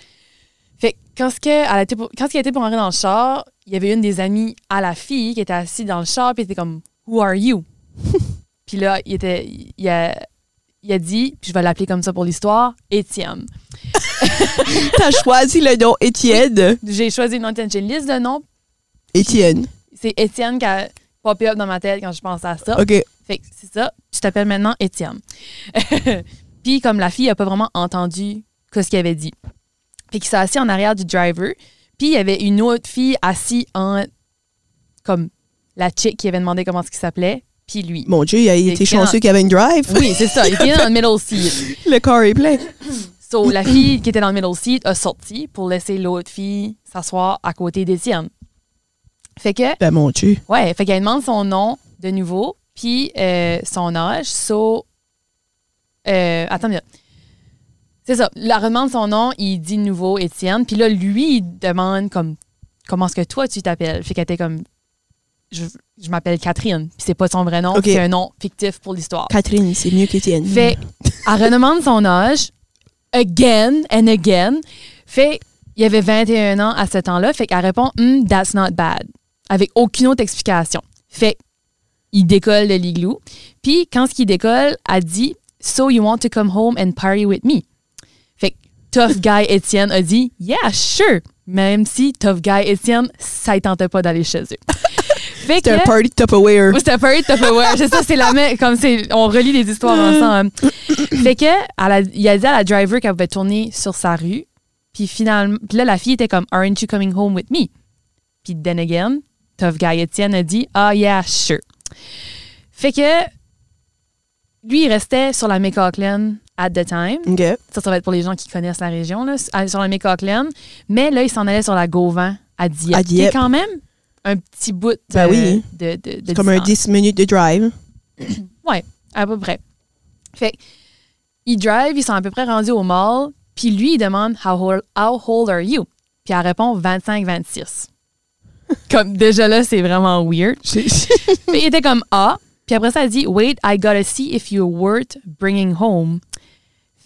Fait que, quand, ce que, elle a été pour- quand il a été pour entrer dans le char, il y avait une des amies à la fille qui était assise dans le char, puis elle était comme, Who are you? [laughs] puis là, il, était, il, a, il a dit, puis je vais l'appeler comme ça pour l'histoire, Étienne.
T'as choisi le nom Étienne.
J'ai choisi une antenne. J'ai une liste de noms.
Étienne.
C'est Étienne qui a popé up dans ma tête quand je pensais à ça.
Ok.
Fait que c'est ça. Tu t'appelles maintenant Étienne. [laughs] Puis comme la fille n'a pas vraiment entendu que ce qu'il avait dit. Fait qu'il s'est assis en arrière du driver. Puis il y avait une autre fille assise en... Comme la chick qui avait demandé comment ce qu'il s'appelait. Puis lui.
Mon Dieu, il a été
Étienne.
chanceux qu'il y avait une drive.
Oui, c'est ça. Il était dans le middle seat.
Le corps est plein.
So, la fille qui était dans le middle seat a sorti pour laisser l'autre fille s'asseoir à côté d'Étienne. Fait que
Ben, mon Dieu.
Ouais, fait qu'elle demande son nom de nouveau, puis euh, son âge. So. euh, attends une minute. C'est ça. La demande son nom, il dit de nouveau Étienne. Puis là, lui, il demande comme comment est-ce que toi tu t'appelles. Fait qu'elle était comme je, je m'appelle Catherine. Puis c'est pas son vrai nom,
Ok.
c'est un nom fictif pour l'histoire.
Catherine, c'est mieux qu'Étienne.
Fait, elle redemande son âge, again and again. Fait, il avait 21 ans à ce temps-là. Fait qu'elle répond, Hmm, that's not bad. Avec aucune autre explication. Fait, il décolle de l'igloo. Puis, quand il décolle, elle dit, So you want to come home and party with me? Fait que Tough Guy Étienne a dit, Yeah, sure. Même si Tough Guy Étienne, ça ne tentait pas d'aller
[laughs]
chez eux. Fait
C'était un
que-
party de Tupperware.
ou c'était Furry Tupperware. C'est ça, c'est la même. Comme c'est, on relie les histoires ensemble. hein. fait que, elle a, il a dit à la driver qu'elle pouvait tourner sur sa rue. Puis finalement, puis là, la fille était comme, Aren't you coming home with me? Puis then again, Tough Guy Etienne a dit, Ah, yeah, sure. Fait que, lui, il restait sur la McAukland at the time.
Ok.
Ça, ça va être pour les gens qui connaissent la région, là, à- sur la McAukland. Mais là, il s'en allait sur la Gauvin à Dieppe.
À
qui est
Dieppe.
quand même un petit bout de,
Ben oui.
de, de- de
C'est comme un
distance.
10 minutes de drive.
À peu près. Fait que, ils drive, ils sont à peu près rendus au mall, puis lui, il demande how old, how old are you? Puis elle répond 25-26. comme déjà là, c'est vraiment weird. Puis il était comme Ah. Puis après ça, elle dit Wait, I gotta see if you're worth bringing home.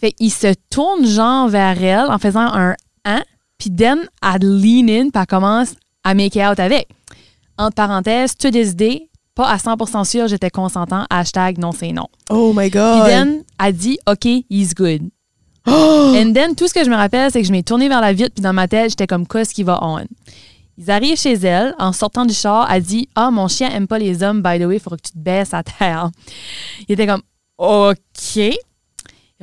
Fait il se tourne genre vers elle en faisant un Hein. Puis then, elle lean in, puis elle commence à make out avec. Entre parenthèses, to this day, pas à 100% sûr, j'étais consentant. Hashtag non, c'est non.
Oh my
Puis
God.
Dan a dit, OK, he's good.
[gasps] Oh!
And then, tout ce que je me rappelle, c'est que je m'ai tournée vers la vitre, puis dans ma tête, j'étais comme, qu'est-ce qui va on? Ils arrivent chez elle, en sortant du char, elle dit, ah, mon chien aime pas les hommes, by the way, il faudra que tu te baisses à terre. Il était comme, OK.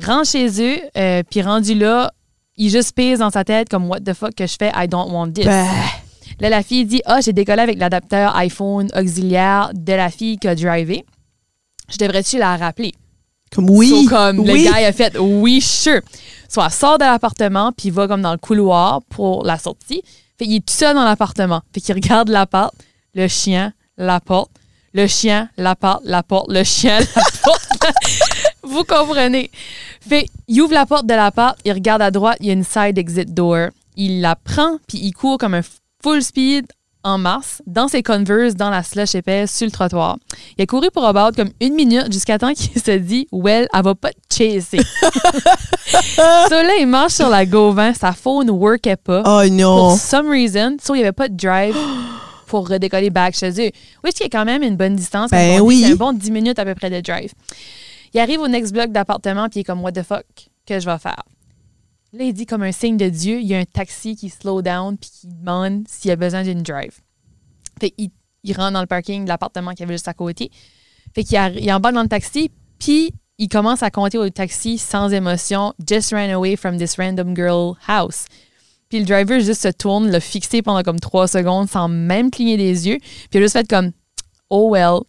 Rentre chez eux, euh, puis rendu là, il juste pisse dans sa tête, comme, what the fuck que je fais, I don't want this.
Bah.
Là, la fille dit Ah, j'ai décollé avec l'adapteur iPhone auxiliaire de la fille qui a drivé. Je devrais-tu la rappeler?
Comme oui.
So, comme
oui.
le gars il a fait Oui, sure. Soit elle sort de l'appartement, puis il va comme dans le couloir pour la sortie. Fait qu'il est tout seul dans l'appartement. Fait qu'il regarde l'appart, le chien, la porte, le chien, l'appart, la porte, le chien, la [laughs] porte. Vous comprenez. Fait, il ouvre la porte de l'appart, il regarde à droite, il y a une side exit door. Il la prend, puis il court comme un full speed en mars, dans ses Converse, dans la slush épaisse, sur le trottoir. Il a couru pour about comme une minute jusqu'à temps qu'il [laughs] se dit « Well, elle va pas te chasser. » Cela, il marche sur la Gauvin, sa phone ne workait pas
Oh
pour
non.
some reason, so il n'y avait pas de drive [gasps] pour redécoller back chez eux. Oui, ce qui est quand même une bonne distance.
Ben
comme on dit,
oui.
C'est un bon 10 minutes à peu près de drive. Il arrive au next block d'appartement, puis il est comme, what the fuck, que je vais faire? Là, il dit comme un signe de Dieu, il y a un taxi qui slow down, puis qui demande s'il a besoin d'une drive. Fait qu'il il rentre dans le parking de l'appartement qu'il y avait juste à côté. Fait qu'il arri- il embarque dans le taxi, puis il commence à compter au taxi sans émotion, just ran away from this random girl house. Puis le driver juste se tourne, l'a fixé pendant comme trois secondes sans même cligner des yeux. Puis il a juste fait comme Oh well.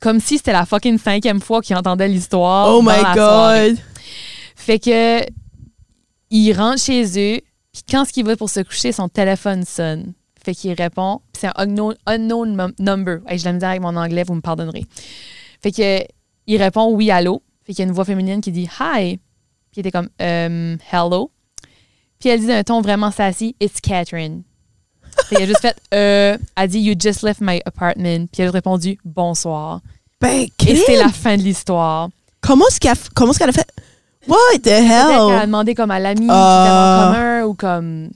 Comme si c'était la fucking cinquième fois qu'il entendait l'histoire.
Oh
dans
my
la soirée.
God.
Fait que il rentre chez eux, puis quand ce qu'il va pour se coucher, son téléphone sonne. Fait qu'il répond, puis c'est un unknown, unknown num- number. Hey, je la misère avec mon anglais, vous me pardonnerez. Fait que il répond oui allô. Fait qu'il y a une voix féminine qui dit hi. Puis il était comme Um, hello. Puis elle dit d'un ton vraiment sassy, it's Catherine. Fait qu'il a juste fait euh, elle dit you just left my apartment. Puis elle a répondu bonsoir.
Ben,
Et c'est la
crime.
fin de l'histoire.
Comment est-ce qu'elle a- comment est-ce qu'elle a fait? What the
Peut-être qu'elle a
hell?
demandé comme à l'ami
oh. Ah.
qui était en commun ou comme.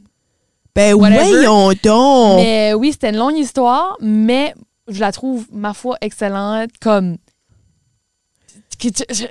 Ben,
whatever.
voyons donc.
Mais euh, oui, c'était une longue histoire, mais je la trouve, ma foi, excellente. Comme. que tu-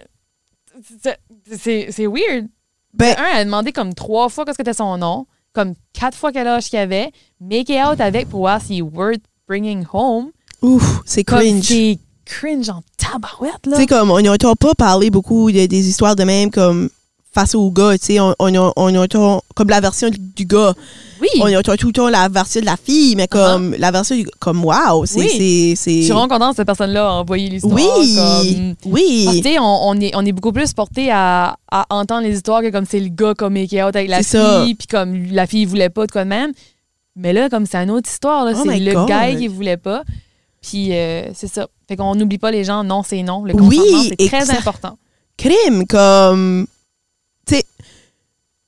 je- C'est c'est weird.
Ben-
Un, elle a demandé comme trois fois qu'est-ce que c'était son nom, comme quatre fois quel âge qu'il avait, make it out avec pour voir s'il est worth bringing home.
Ouf, c'est
Comme
cringe.
C'est cringe en tabarouette, là.
Tu sais, comme, on n'entend pas parler beaucoup de- des histoires de même, comme, face au gars, tu sais, on, on, on entend, comme la version du gars,
Oui. Uh-huh.
on entend tout le temps la version de la fille, mais comme, la version du comme, wow, c'est, c'est,
Oui. Je
c'est-
suis vraiment contente que cette personne-là a envoyé l'histoire. comme-
oui,
Parce que,
oui,
Ah, tu sais, on, on est, on est beaucoup plus porté à, à entendre les histoires que comme c'est le gars comme make out avec la
C'est ça.
fille, puis comme la fille voulait pas de quoi de même. Mais là, comme c'est une autre histoire, là,
Oh
c'est
my
le
God.
gars qui voulait pas. Puis euh, c'est ça. Fait qu'on n'oublie pas les gens, non, c'est non. Le
Oui,
consentement, c'est très
exact.
important.
crime, comme, tu sais,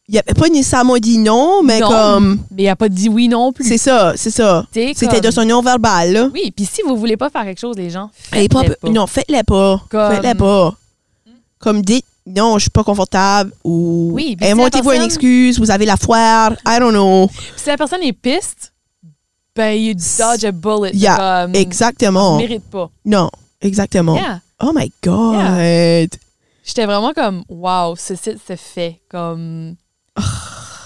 il avait pas nécessairement dit non, mais
Non. [laughs]
comme,
Mais il a pas dit oui non plus.
c'est ça, c'est ça.
Tu sais,
C'était
comme-
de son nom verbal, là.
Oui, puis si vous voulez pas faire quelque chose, les gens,
Elle est pas-
faites-le pas.
Non, faites-les pas.
Comme- Hmm?
Faites-les pas. Comme dites, non, je suis pas confortable ou
Oui, puis si la
inventez-vous une
personne-
excuse, vous avez la foire, I don't know.
Puis si la personne est piste, ben, you dodge a bullet.
Yeah,
comme,
Exactement.
Hmm. mérite pas.
Non, exactement.
Yeah.
Oh my God.
J'étais vraiment comme, wow, ce site se fait.
[sighs]
Comme.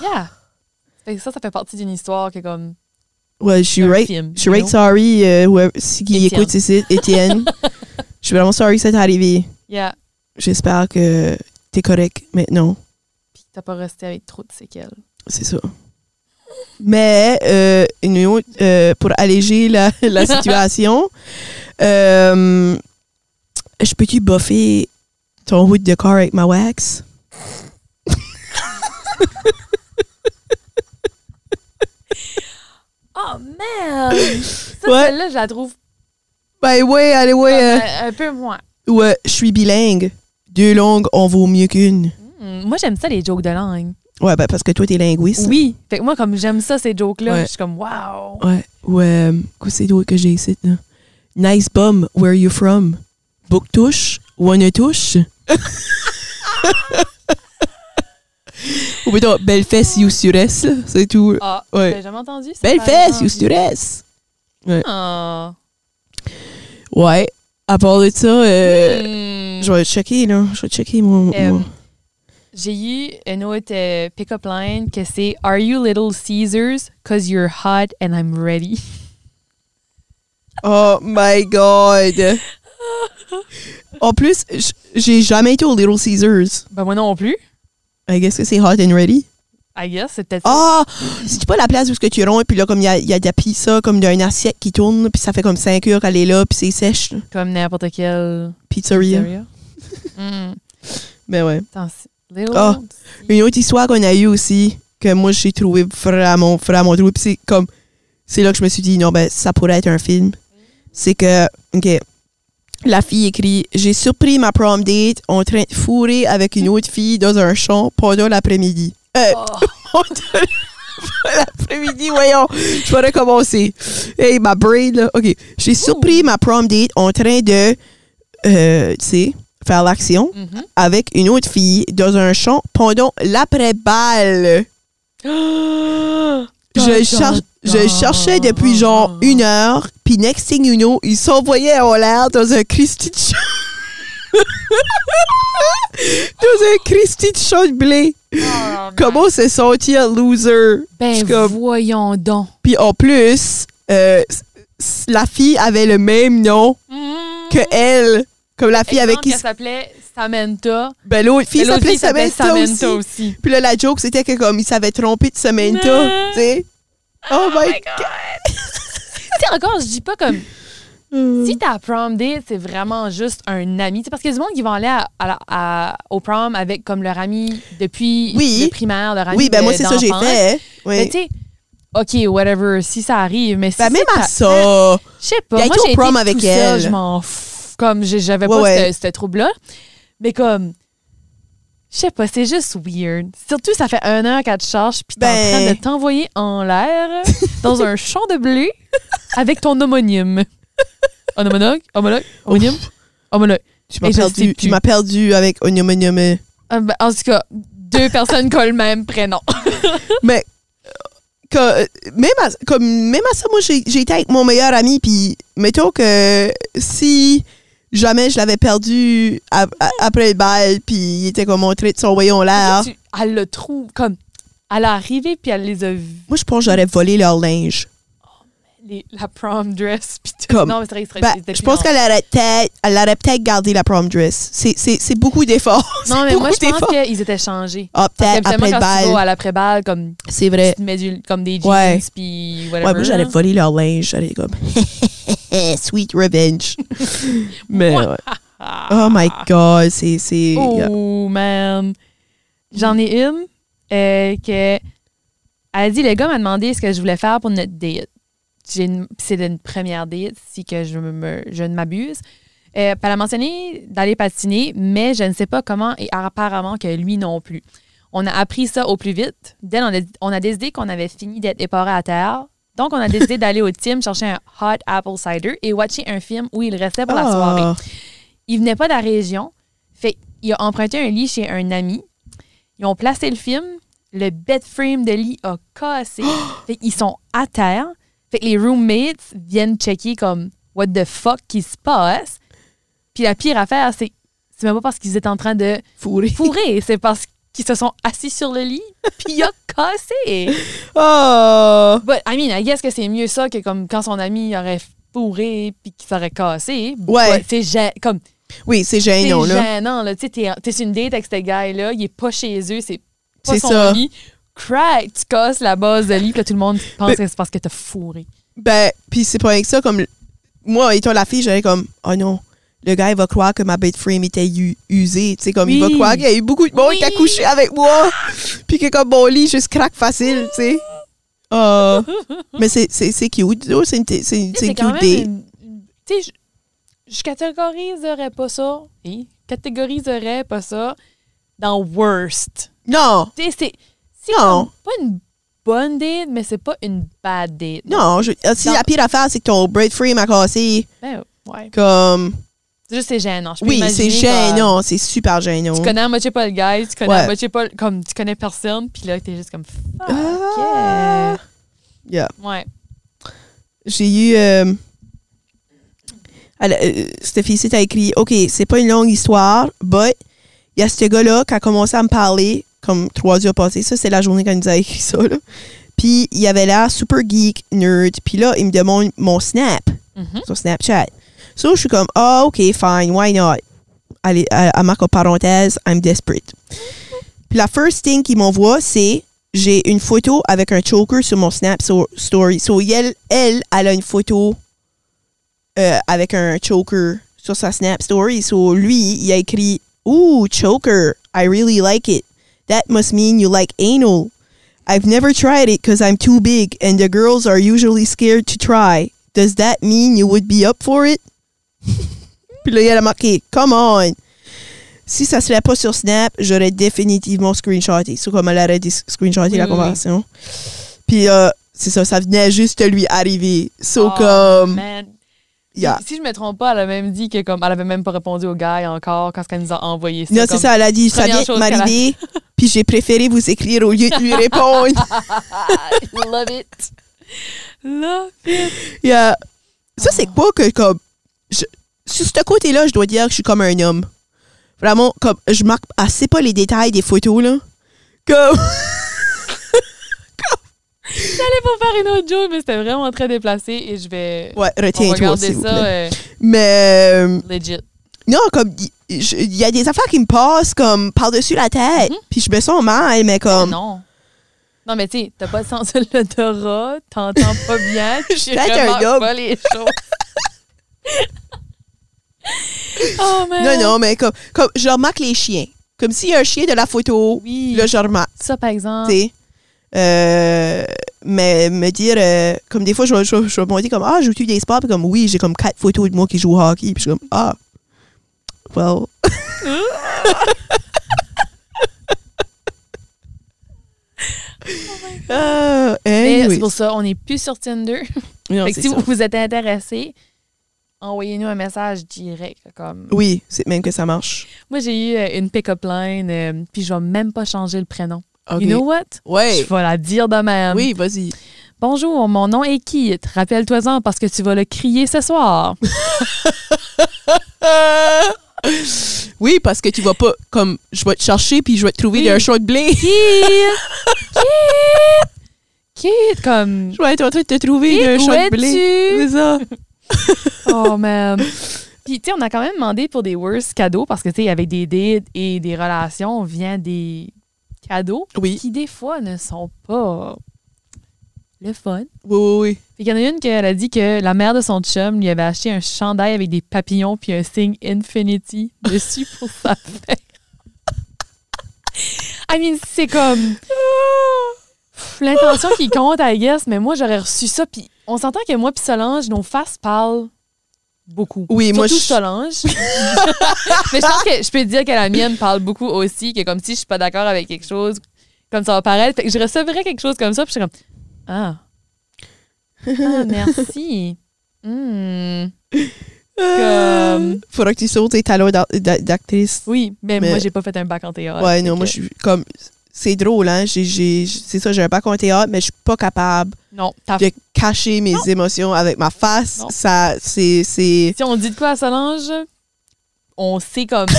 Yeah. Fait que ça, ça fait partie d'une histoire qui est comme.
Well, je suis
d'un
right,
film,
je suis
you
right
know?
sorry, euh, whoever- si qui
Étienne.
écoute ceci, Étienne.
[laughs]
je suis vraiment sorry que ça t'est arrivé.
Yeah.
J'espère que t'es correct maintenant.
Puis t'as pas resté avec trop de séquelles.
C'est ça. Mais euh, une autre, euh, pour alléger la, [laughs] la situation, euh, je peux-tu buffer ton route de corps avec ma wax?
Oh, man! Ça,
Ouais.
celle-là, je la trouve
Ben ouais, allez ouais. euh,
un, un peu moins.
ouais, je suis bilingue. Deux langues, on vaut mieux qu'une.
Hmm, Moi, j'aime ça, les jokes de langue.
Ouais, ben parce que toi, t'es linguiste.
Oui. Fait que moi, comme j'aime ça, ces jokes-là,
Ouais.
je suis comme, wow!
Ouais. Ou, euh, qu'est-ce que c'est d'autre que j'ai ici? là? Nice bum, where you from? Book touche, wanna touche? Ou plutôt, belle fesse, you suresse, là. C'est tout.
Ah,
Ouais.
j'avais jamais entendu ça.
Belle
par
fesse,
exemple.
you suresse.
Ah.
Ouais. À part de ça, euh,
Hmm.
je vais checker, là. Je vais checker, moi.
Euh,
moi.
J'ai eu une autre euh, pick-up line que c'est Are you little Caesars? Cause you're hot and I'm ready.
Oh my God. en plus, j- j'ai jamais été au Little Caesars.
Ben, moi non plus.
I guess que c'est hot and ready.
I guess, c'est peut-être ça.
Ah! C'est-tu pas la place où est-ce que tu ronds et puis là, comme il y a, il y a de la pizza, comme d'une assiette qui tourne, puis ça fait comme 5 heures qu'elle est là, puis c'est sèche. là.
Comme n'importe quel.
Pizzeria.
area. Hmm.
Mais ouais.
Attends, c'est- Little.
Ah. Une autre histoire qu'on a eue aussi, que moi j'ai trouvé vraiment, vraiment drôle, puis c'est comme, c'est là que je me suis dit, non, ben, ça pourrait être un film. C'est que, OK, la fille écrit, j'ai surpris ma prom date en train de fourrer avec une autre fille dans un champ pendant l'après-midi. Euh,
Oh.
[laughs] pendant l'après-midi, voyons, je vais recommencer. Hey, ma brain, là, OK, j'ai surpris ma prom date en train de, euh, tu sais, faire l'action
Mhm.
avec une autre fille dans un champ pendant l'après-balle. [gasps] Je, cher- je cherchais depuis genre une heure, puis next thing you know, ils s'envoyaient en l'air dans un Christy de champ. [laughs] dans un Christy de champ de blé.
heure.
[laughs] Comment se sentir loser? Je
Oh, Ben,
suis comme-
voyons donc.
Puis en plus, euh, s- s- la fille avait le même nom que
Mm-hmm.
elle. Comme la fille avec qui...
Elle s'appelait Samantha.
Ben l'autre fille
Mais l'autre
s'appelait Samantha aussi.
aussi.
Puis là, la joke, c'était que comme il s'avait trompé de Samantha,
Non.
tu sais. Oh, my
my God. tu sais, encore, je dis pas comme.
God.
Si ta prom date, c'est vraiment juste un ami. Tu sais, parce qu'il y a du monde qui vont aller à- à la- à- au prom avec comme leur ami depuis
Oui.
le primaire, leur ami.
Oui, ben
de-
moi, c'est ça que j'ai
d'enfance.
fait.
Mais
Oui.
tu sais, OK, whatever, si ça arrive, mais si
Ben,
c'est
même à
ta-
ça.
Je sais pas.
Il a
Moi,
été au
j'ai
prom
été
avec
tout seul,
elle.
je m'en fous. Comme, j'ai- j'avais
Ouais,
pas
ouais.
ce- ce trouble-là. Mais comme, je sais pas, c'est juste weird. Surtout, ça fait un heure qu'elle te charge, puis t'es
Ben.
en train de t'envoyer en l'air dans un champ de blé avec ton homonyme. Un homologue? Homologue? Homonyme? Homologue.
Tu
Et
m'as
je sais
perdu, tu
plus.
m'as perdu avec Onium Onium. euh.
Ah, ben, en tout cas, deux personnes qui ont le
[laughs]
même prénom.
Mais euh, que, euh, même, à, comme, même à ça, moi, j'ai j'ai été avec mon meilleur ami. Puis, mettons que si jamais je l'avais perdu a- a- après le bal, puis il était comme en train de s'envoyer en l'air,
Tu- elle le trouve comme. Elle est arrivée, puis elle les a vus.
moi, je pense que j'aurais volé leur linge.
les- la prom dress, puis tout.
Comme-
non, mais c'est vrai, ils seraient-
Ben,
ils étaient
je pense
plus
qu'elle aurait peut-être, elle aurait peut-être gardé la prom dress. C'est, c'est, c'est beaucoup d'efforts.
Non,
[laughs] C'est
mais moi,
beaucoup
je pense
d'efforts.
qu'ils étaient changés.
Ah,
Parce
peut-être après
qu'habituellement,
le
quand tu vas
bal.
à l'après-balle, comme,
C'est
tu
vrai.
te mets du- comme des jeans,
Ouais.
puis
Ouais,
whatever.
moi, j'allais
là.
voler leur linge. J'allais comme, [laughs] sweet
[laughs]
revenge. mais, ouais.
Ah.
oh my God, c'est. c'est ah. yeah.
Oh, man. J'en ai une euh, que. Elle a dit le gars m'a demandé ce que je voulais faire pour notre date. J'ai une- C'est une première date, si que je, me, je ne m'abuse. Euh, puis elle a mentionné d'aller patiner, mais je ne sais pas comment et apparemment que lui non plus. On a appris ça au plus vite. D'elle, on a, on a décidé qu'on avait fini d'être éparés à terre. Donc, on a décidé d'aller au team chercher un hot apple cider et watcher un film où il restait pour la soirée.
Ah.
Il venait pas de la région. Fait il a emprunté un lit chez un ami. Ils ont placé le film. Le bed frame de lit a cassé. fait qu'ils sont à terre. Fait que les roommates viennent checker comme what the fuck qui se passe. Puis la pire affaire, c'est c'est même pas parce qu'ils étaient en train de
Fourré.
fourrer, c'est parce qu'ils se sont assis sur le lit, puis il a cassé.
[laughs] Oh.
But I mean, I guess que c'est mieux ça que comme quand son ami aurait fourré puis qu'il s'aurait cassé.
Ouais.
But C'est gê- comme
Oui, c'est
c'est
gênant, là.
gênant, là. Tu sais, t'es- t'es sur une date avec ce gars-là, il est pas chez eux, c'est pas
C'est
son
ça.
lit. Crack, tu casses la base de lit, puis là, tout
[laughs]
le monde pense
Mais-
que c'est parce que t'as fourré.
Ben, puis c'est pas rien que ça. Comme, moi, étant la fille, j'allais comme, oh non. Le gars, il va croire que ma bed frame était u- usée. Tu sais, comme, il va
Oui.
croire qu'il y a eu beaucoup de monde qui a
Oui.
couché avec moi. Puis que, comme, mon lit, juste craque facile, tu sais.
[laughs]
Ah. mais c'est, c'est, c'est cute. Oh, C'est une, t- c'est une, c'est
Tu sais,
une
C'est quand
cute
même.
date.
une- une- Tu sais, je- je catégoriserais pas ça. Et catégoriserais pas ça dans worst.
Non.
Tu sais, c'est. C'est
Non.
comme pas une bonne date, mais c'est pas une bad date.
Non, je- euh, si
Non.
la pire affaire, c'est que ton bread frame a cassé,
Ben, ouais.
comme.
C'est juste, c'est gênant. Je peux
Oui, c'est
imaginer, comme,
gênant, c'est super gênant.
Tu connais à moitié pas le gars, tu connais
Oh. Ouais.
à moitié pas, le- comme, tu connais personne, puis là, t'es juste comme, fuck,
Ah.
yeah.
Yeah.
Ouais.
J'ai eu. euh, elle, euh, cette fille-ci t'a écrit OK, c'est pas une longue histoire, but il y a ce gars-là qui a commencé à me parler comme trois jours passés. Ça, c'est la journée qu'elle nous a écrit ça. là. Puis il avait l'air super geek, nerd. Puis là, il me demande mon Snap,
Mhm.
son Snapchat. So, je suis comme Ah, OK, fine, why not? Allez, à, à marque en parenthèse, I'm desperate. Puis la first thing qu'il m'envoie, c'est j'ai une photo avec un choker sur mon Snap so- Story. So, elle, elle, elle a une photo euh, avec un choker sur sa Snap Story. So, lui, il a écrit Ooh, choker. I really like it. That must mean you like anal. I've never tried it because I'm too big and the girls are usually scared to try. Does that mean you would be up for it? [laughs] Puis là, il a marqué Come on. Si ça serait pas sur Snap, j'aurais définitivement screenshoté. C'est comme elle aurait dis- screenshoté
Oui,
la
oui, oui.
conversation. Puis euh, c'est ça, ça venait juste de lui arriver. So,
Oh,
comme.
man.
Yeah.
Si je me trompe pas, elle a même dit que comme elle avait même pas répondu au gars encore quand elle nous a envoyé ça.
Non,
comme-
c'est ça, elle a dit, ça
première
vient de
chose qu'elle a-
m'arriver, [laughs] puis j'ai préféré vous écrire au lieu de lui
[laughs]
répondre.
Love it. Love it.
Yeah. Ça, c'est quoi que, comme, je- sur ce côté-là, je dois dire que je suis comme un homme. Vraiment, comme, je marque assez pas les détails des photos, là. Comme, [laughs]
J'allais pas faire une autre joke, mais c'était vraiment très déplacé et je vais.
ouais,
on va
retiens-toi,
garder
s'il vous
ça
plaît.
euh,
Mais, euh,
legit.
non, comme, il je- il y a des affaires qui me passent, comme, par-dessus la tête,
Mm-hmm.
puis je me sens mal, mais comme,
non. Non, mais tu sais, t'as pas de sens de l'odorat, t'entends pas
[laughs]
bien, tu
peut-être un
remarques
homme.
pas les choses.
[laughs]
oh, man.
non, non, mais comme, comme, je remarque les chiens. Comme s'il y a un chien de la photo,
Oui.
là, je remarque.
Ça, par exemple.
tu sais. Euh, mais me dire, euh, comme des fois, je, je, je, vais me dire comme, ah, joues-tu des sports? Puis comme, oui, j'ai comme quatre photos de moi qui joue au hockey. Puis je suis comme, ah, [laughs] well. Ah,
Mais
anyway.
c'est pour ça, on n'est plus sur Tinder.
Non,
Fait que
c'est
si
ça.
vous vous êtes intéressé, envoyez-nous un message direct. Comme...
Oui, c'est même que ça marche.
Moi, j'ai eu euh, une pick-up line, euh, puis je vais même pas changer le prénom. You know what? Je
ouais.
vais la dire de même.
Oui, vas-y.
Bonjour, mon nom est Keith. Rappelle-toi-en parce que tu vas le crier ce soir.
oui, parce que tu vas pas, comme, je vais te chercher puis je vais te trouver
Oui.
un champ de blé.
Keith! Keith! Keith! Comme.
Je vais être en train de te trouver
Keith,
d'un
où
champ de blé.
es-tu?
C'est ça.
[laughs] Oh, man. Puis, tu sais, on a quand même demandé pour des worst cadeaux parce que, tu sais, avec des dates et des relations, on vient des cadeaux
Oui.
qui, des fois, ne sont pas le fun.
Oui, oui, oui.
Fait qu'il y en a une qui a dit que la mère de son chum lui avait acheté un chandail avec des papillons puis un signe Infinity dessus pour sa fête. I mean, c'est comme pff, l'intention qui compte, I guess, mais moi, j'aurais reçu ça. Puis on s'entend que moi puis Solange, nos faces parlent beaucoup.
Oui,
Surtout
moi, je-
Solange. [laughs] mais je pense que je peux dire que la mienne parle beaucoup aussi, que comme si je suis pas d'accord avec quelque chose, comme ça va paraître. Fait que je recevrais quelque chose comme ça, puis je serais comme « Ah! »
[laughs]
Ah, merci. Hmm. Comme-
Euh, Faudra que tu sautes tes talons d'a- d'a- d'actrice.
Oui, mais,
Mais-
moi, j'ai pas fait un bac en théâtre.
ouais,
fait
non, moi,
que-
je suis comme. C'est drôle, hein? j'ai j'ai- c'est ça, j'ai un bac en théâtre, mais je suis pas capable
Non, t'as-
de cacher mes émotions avec ma face.
Ah. Non.
Ça, c'est. c'est-
Si on dit de quoi à Solange, on
[laughs]
sait comme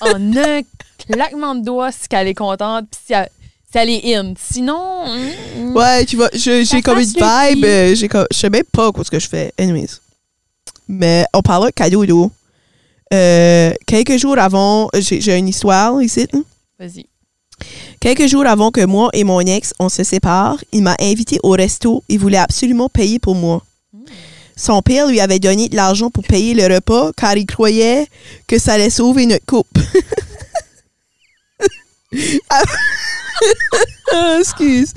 en un claquement de doigts si elle est contente, puis si elle, si elle est in. Sinon, hmm,
Ouais, tu vois, je- j'ai
Ta
comme une
face le
vibe.
dit.
euh, j'ai comme- Je sais même pas quoi ce que je fais. Anyways. Mais on parlait de cadeaux d'eau. Euh, quelques jours avant, j'ai j'ai une histoire ici. hein. [laughs]
vas-y.
Quelques jours avant que moi et mon ex, on se sépare, il m'a invité au resto. Il voulait absolument payer pour moi. Son père lui avait donné de l'argent pour payer le repas car il croyait que ça allait sauver notre couple. [laughs] Ah, Excuse.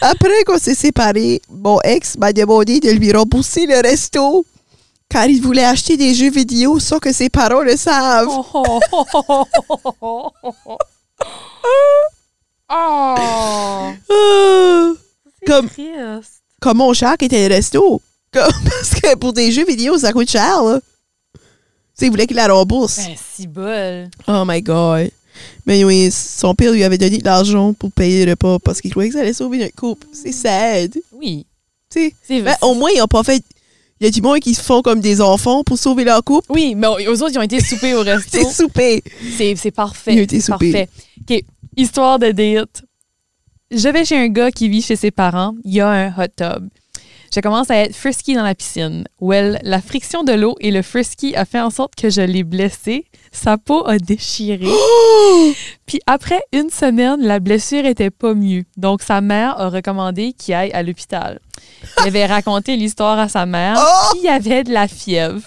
Après qu'on s'est séparés, mon ex m'a demandé de lui rembourser le resto car il voulait acheter des jeux vidéo sans que ses parents le savent.
Oh, oh, oh, oh, oh, oh, oh, oh. Oh,
Ah.
c'est
Comme-
triste.
comme mon char qui était au resto. Comme, [laughs] parce que pour des jeux vidéo, ça coûte cher, là. Tu sais, il voulait qu'il la rembourse.
Ben, si bol.
Oh my God. Mais oui, son père lui avait donné de l'argent pour payer le repas parce qu'il croyait que ça allait sauver notre couple. C'est sad.
Oui,
Tu sais.
c'est vrai.
Ben, au moins, ils n'ont pas fait... Il y a du monde qui se font comme des enfants pour sauver leur couple.
Oui, mais aux autres, ils ont été
[laughs]
soupés au resto.
C'est soupé.
C'est c'est parfait.
Ils ont été soupés.
Parfait. OK. Histoire de date. Je vais chez un gars qui vit chez ses parents. Il y a un hot tub. Je commence à être frisky dans la piscine. Well, la friction de l'eau et le frisky a fait en sorte que je l'ai blessé. Sa peau a déchiré. Puis après une semaine, la blessure était pas mieux. Donc sa mère a recommandé qu'il aille à l'hôpital. Il avait raconté l'histoire à sa mère qui avait de la fièvre.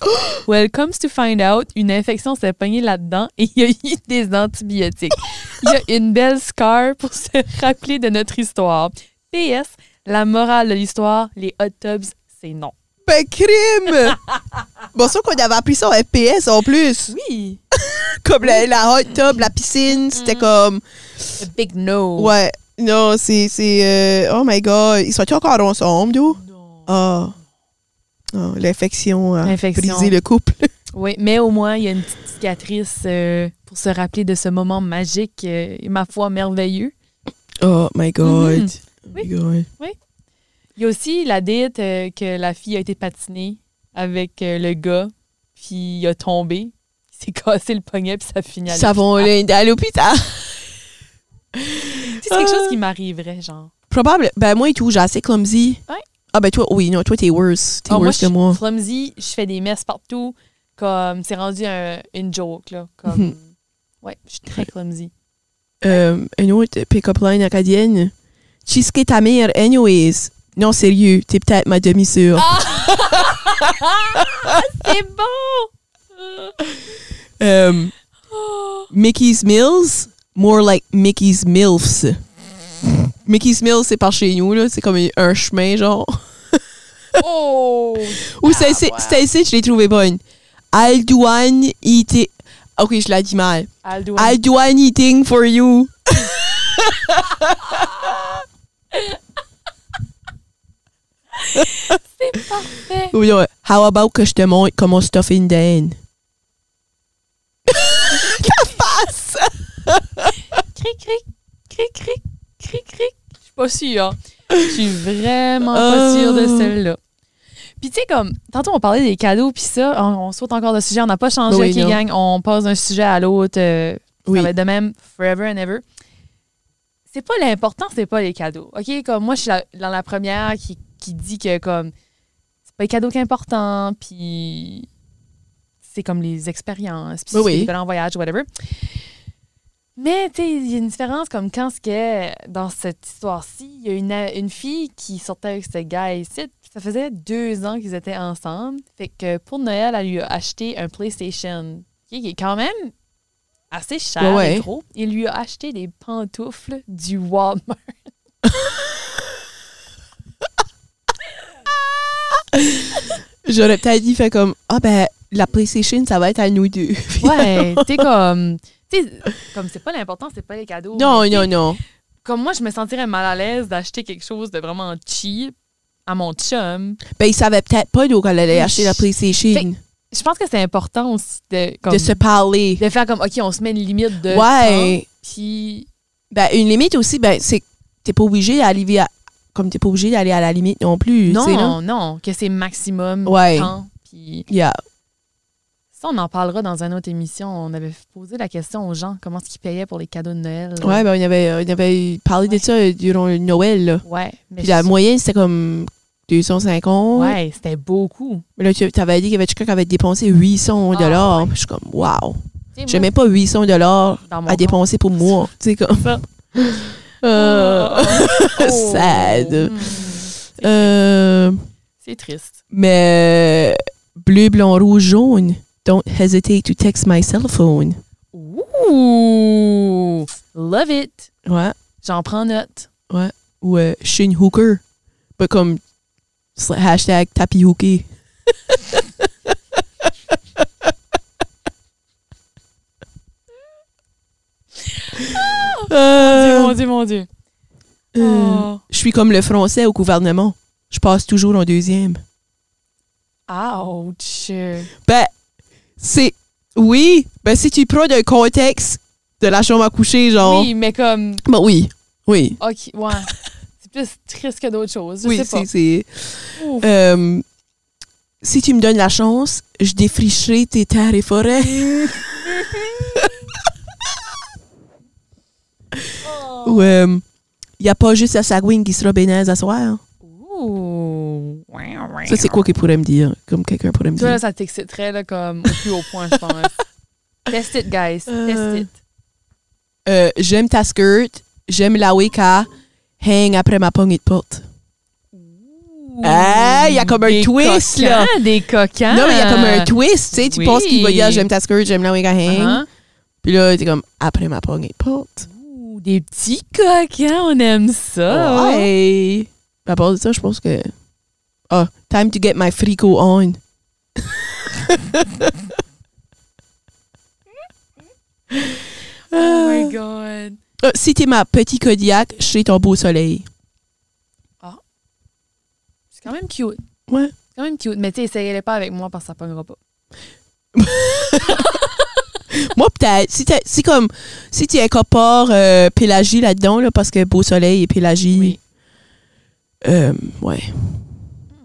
Well, comes to find out, une infection s'est pognée là-dedans et il y a eu des antibiotiques. Il y a une belle scar pour se rappeler de notre histoire. PS, la morale de l'histoire, les hot tubs, c'est non.
Ben, crime! bon, sûr qu'on avait appris ça au FPS en plus.
Oui.
Comme la, la hot tub, la piscine, c'était comme.
big no.
Ouais. Non, c'est. c'est euh, oh my god. Ils sont encore ensemble, d'où?
Non.
Ah. Non, l'infection a
L'infection.
brisé le couple. [laughs]
Oui, mais au moins, il y a une petite cicatrice euh, pour se rappeler de ce moment magique euh, et ma foi merveilleux.
Oh my god.
Mhm.
Oh my god.
Il y a aussi la date euh, que la fille a été patinée avec euh, le gars, puis il a tombé, il s'est [laughs] cassé le Ah. poignet, puis ça finit à
Ça va, on est à l'hôpital.
l'hôpital. C'est quelque
Ah!
chose qui m'arriverait, genre.
Probable. Ben, moi et tout, j'ai assez clumsy.
Ouais.
Ah, ben, toi, oui, non, toi, t'es worse. T'es
Ah,
worse
je
que moi.
suis clumsy, je fais des messes partout. Comme, c'est rendu un- une joke, là.
[laughs]
Comme, ouais, je suis très clumsy.
Euh, une autre pick-up line acadienne. Chisque ta mère, anyways. Non, sérieux, t'es peut-être ma demi-sœur.
c'est bon!
Euh, Mickey's Mills, more like Mickey's Milfs. Mickey's Mills, c'est par chez nous, là. C'est comme un chemin, genre. [laughs]
Oh!
Ou
Ah,
c'est
wow.
celle-ci, je l'ai trouvée bonne. Aldouane eating. Ok, je l'ai dit mal.
Aldo,
Aldouane eating for you.
c'est parfait!
Ou bien, how about que je te montre comment stuff une dinde?
Cric, cric, cric, cric, cric, cric. Je suis pas sûre. hein. Je
[laughs]
suis vraiment pas
Oh.
sûre de celle-là. Puis tu sais, comme, tantôt on parlait des cadeaux, puis ça, on, on saute encore de sujet, on n'a pas changé,
Oui,
ok
non.
gang, on passe d'un sujet à l'autre, euh,
Oui.
ça va être de même forever and ever. C'est pas l'important, c'est pas les cadeaux, ok? Comme moi, je suis la- dans la première qui, qui dit que comme, c'est pas les cadeaux qui est important, puis c'est comme les expériences, puis
Oui, oui.
si tu vas en voyage, whatever. Mais, tu sais, il y a une différence comme quand ce que, dans cette histoire-ci, il y a une, a- une fille qui sortait avec ce gars ici. Ça faisait deux ans qu'ils étaient ensemble. Fait que pour Noël, elle lui a acheté un PlayStation, qui qui est quand même assez cher
Ouais, ouais.
et gros. Il lui a acheté des pantoufles du Walmart.
J'aurais peut-être dit, fait comme, ah ben, la PlayStation, ça va être à nous
[laughs]
deux.
Ouais, [laughs] tu sais, comme... Tu sais, comme c'est pas l'important, c'est pas les cadeaux.
non,
mais tu sais,
non, non.
Comme moi, je me sentirais mal à l'aise d'acheter quelque chose de vraiment cheap à mon chum.
Ben, ils savaient peut-être pas d'où qu'elle allait
Oui.
acheter la PlayStation.
je pense que c'est important aussi de, comme-
De se parler.
de faire comme, OK, on se met une limite de
Ouais.
temps, puis...
Ben, une limite aussi, ben, c'est que t'es pas obligé d'arriver à. Comme t'es pas obligé d'aller à la limite non plus. tu sais, là.
Non, non, que c'est maximum
Ouais.
temps, puis...
Yeah.
Ça, on en parlera dans une autre émission. On avait posé la question aux gens, comment est-ce qu'ils payaient pour les cadeaux de Noël.
Ouais, ben, on avait, on avait parlé
Ouais.
de ça euh, durant le Noël, là.
Ouais, mais
Puis la
je-
moyenne, c'était comme 250.
ouais, c'était beaucoup.
Mais là, tu avais dit qu'il y avait quelqu'un qui avait dépensé 800
Ah,
dollars. Je suis comme, wow.
Tu sais,
J'ai
moi,
même pas 800 dollars
dans mon
à dépenser pour moi. Tu sais, comme.
Ça.
[laughs] Euh,
[laughs] Oh.
Sad.
Hmm.
euh,
C'est triste.
mais bleu, blanc, rouge, jaune. Don't hesitate to text my cell phone.
Ouh! Love it!
Ouais.
J'en prends note.
Ou euh, Shin Hooker. Pas comme sla- hashtag tapis hooké. Euh,
Ah! Mon Dieu, mon Dieu, mon Dieu.
euh,
Oh.
Je suis comme le français au gouvernement. Je passe toujours en deuxième.
Ah, Ouch!
Ben, c'est. Oui, ben si tu prends d'un contexte de la chambre à coucher, genre.
Oui, mais comme.
Ben oui, oui.
Ok, ouais. C'est plus triste que d'autres choses. Je
oui,
sais pas.
c'est. c'est,
Ouf.
euh, si tu me donnes la chance, je défricherai tes terres et forêts.
Oh.
Ou il n'y a pas juste la Sagouine qui sera bénaise à soir.
Ouh.
Ça, c'est quoi qu'il pourrait me dire? Comme quelqu'un pourrait me
Toi, là,
dire.
ça t'exciterait là, comme au plus haut point, je pense.
[laughs]
Test it, guys.
Euh.
Test it.
Euh, j'aime ta skirt, j'aime la weka, hang après ma pognée de porte. Ah, il y a comme un
Des
twist,
coquins,
là.
Des coquins.
Non, mais il y a comme un twist, tu sais. Tu
Ah! Oui.
penses qu'il va dire j'aime ta skirt, j'aime la weka, hang.
Hein?
Puis là, t'es comme après ma pognée de porte.
Ouh, Des petits coquins, on aime ça.
Ah, Ouais. Puis À part de ça, je pense que. Ah, time to get my frico on.
[laughs] Oh my god.
Euh, Ah. si t'es ma petite Kodiak, je suis ton beau soleil.
C'est quand même cute.
Ouais.
C'est quand même cute. Mais tu sais, essayez-les pas avec moi parce que ça pognera pas.
Moi, peut-être. Si, t'es- si comme. Si tu incorpores euh, Pélagie là-dedans, là, parce que beau soleil et Pélagie.
Oui.
Euh, ouais.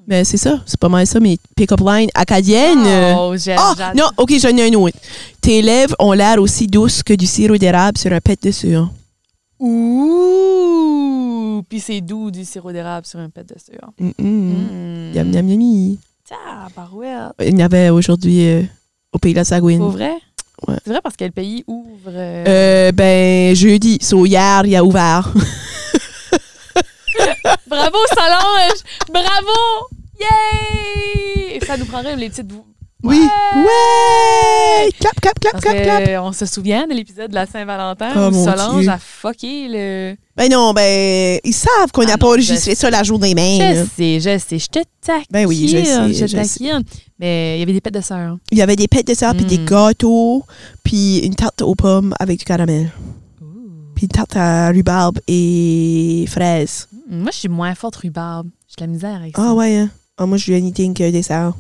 Mais c'est ça. C'est pas mal ça, mes pick-up lines acadiennes. euh.
Oh, j'aime.
Ah,
j'adore.
non, ok, j'en ai un autre. Tes lèvres ont l'air aussi douces que du sirop d'érable sur un pet de sueur.
Ouh! Puis c'est doux du sirop d'érable sur un pet de sueur.
Mm -mm. Yam, yam, yami.
Tabarouette.
Il y en avait aujourd'hui euh, au pays de la Sagouine.
Pour vrai?
Ouais.
C'est vrai parce que le pays ouvre. euh,
Euh, ben, jeudi, so hier, il a
[laughs]
ouvert.
Bravo, Solange! Bravo! Yay! Ça nous prendrait les petites. bou-
Oui.
Ouais!
Ouais! Clap, clap, clap,
Parce
clap, clap.
que, euh, on se souvient de l'épisode de la Saint-Valentin
Oh,
où
mon
Solange
Dieu.
a fucké le.
Ben non, ben, ils savent qu'on n'a
Ah
pas
non,
enregistré ça la journée
Je
même.
sais, je sais, je te taquine.
Ben oui, je sais,
Je te
je sais.
taquine. Mais il y avait des pets de sœurs.
Il y avait des pêtes de sable, puis des
Mm.
gâteaux, puis une tarte aux pommes avec du caramel. Puis une tarte à rhubarbe et fraises.
Moi, je suis moins forte rhubarbe. J'ai de la misère avec ça.
Ah ouais, hein. Ah, moi, je suis anything que des
[laughs]
dessert.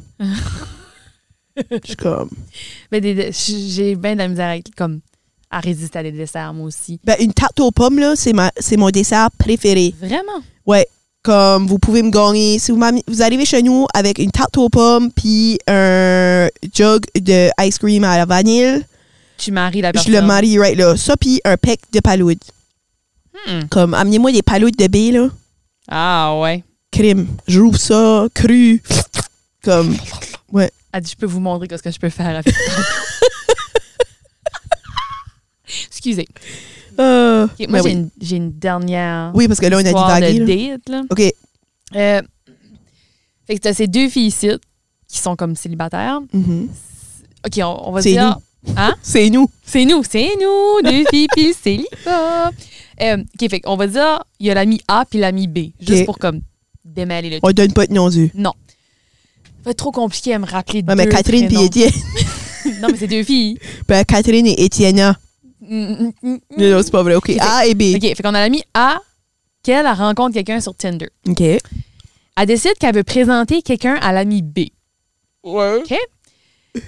Je suis comme...
Ben, des- des- j'ai bien de la misère avec, comme, à résister à des desserts, moi aussi.
Ben, une tarte aux pommes, là, c'est ma- c'est mon dessert préféré.
Vraiment?
Ouais. Comme vous pouvez me gagner. Si vous, m'am- vous arrivez chez nous avec une tarte aux pommes puis un jug de ice cream à la vanille,
Tu maries la
je
personne.
le marie right là. Ça puis un pack de paloudes.
Hmm.
Comme amenez-moi des paloudes de baie là.
Ah, ouais.
Crime. Je rouvre ça cru. Comme
Elle dit, je peux vous montrer ce que je peux faire avec
[laughs]
ça. Excusez.
euh,
Ok,
ben
moi, j'ai
oui.
une, j'ai une dernière
Oui, parce que là on a
histoire
divagué.
de
là.
date. Là.
OK.
Euh, fait que t'as ces deux filles ici qui sont comme célibataires.
Mhm.
OK, on, on va
C'est
dire...
C'est nous.
C'est nous, c'est nous,
[laughs]
deux filles pis le célibat. Euh, OK, fait qu'on va dire, il y a l'ami A puis l'ami B, juste
Ok.
pour comme démêler le tout.
On donne pas de nom du.
Ça va être trop compliqué à me rappeler
Ouais,
deux
mais Catherine puis
prénoms.
Étienne. [laughs]
Non, mais c'est deux filles.
Ben, Catherine et Étienne.
Mm, mm, mm, mm.
Non, non, c'est pas vrai. OK.
Ok.
A et B.
OK, fait qu'on a l'ami A qu'elle elle rencontre quelqu'un sur Tinder.
OK.
Elle décide qu'elle veut présenter quelqu'un à l'ami B.
Ouais.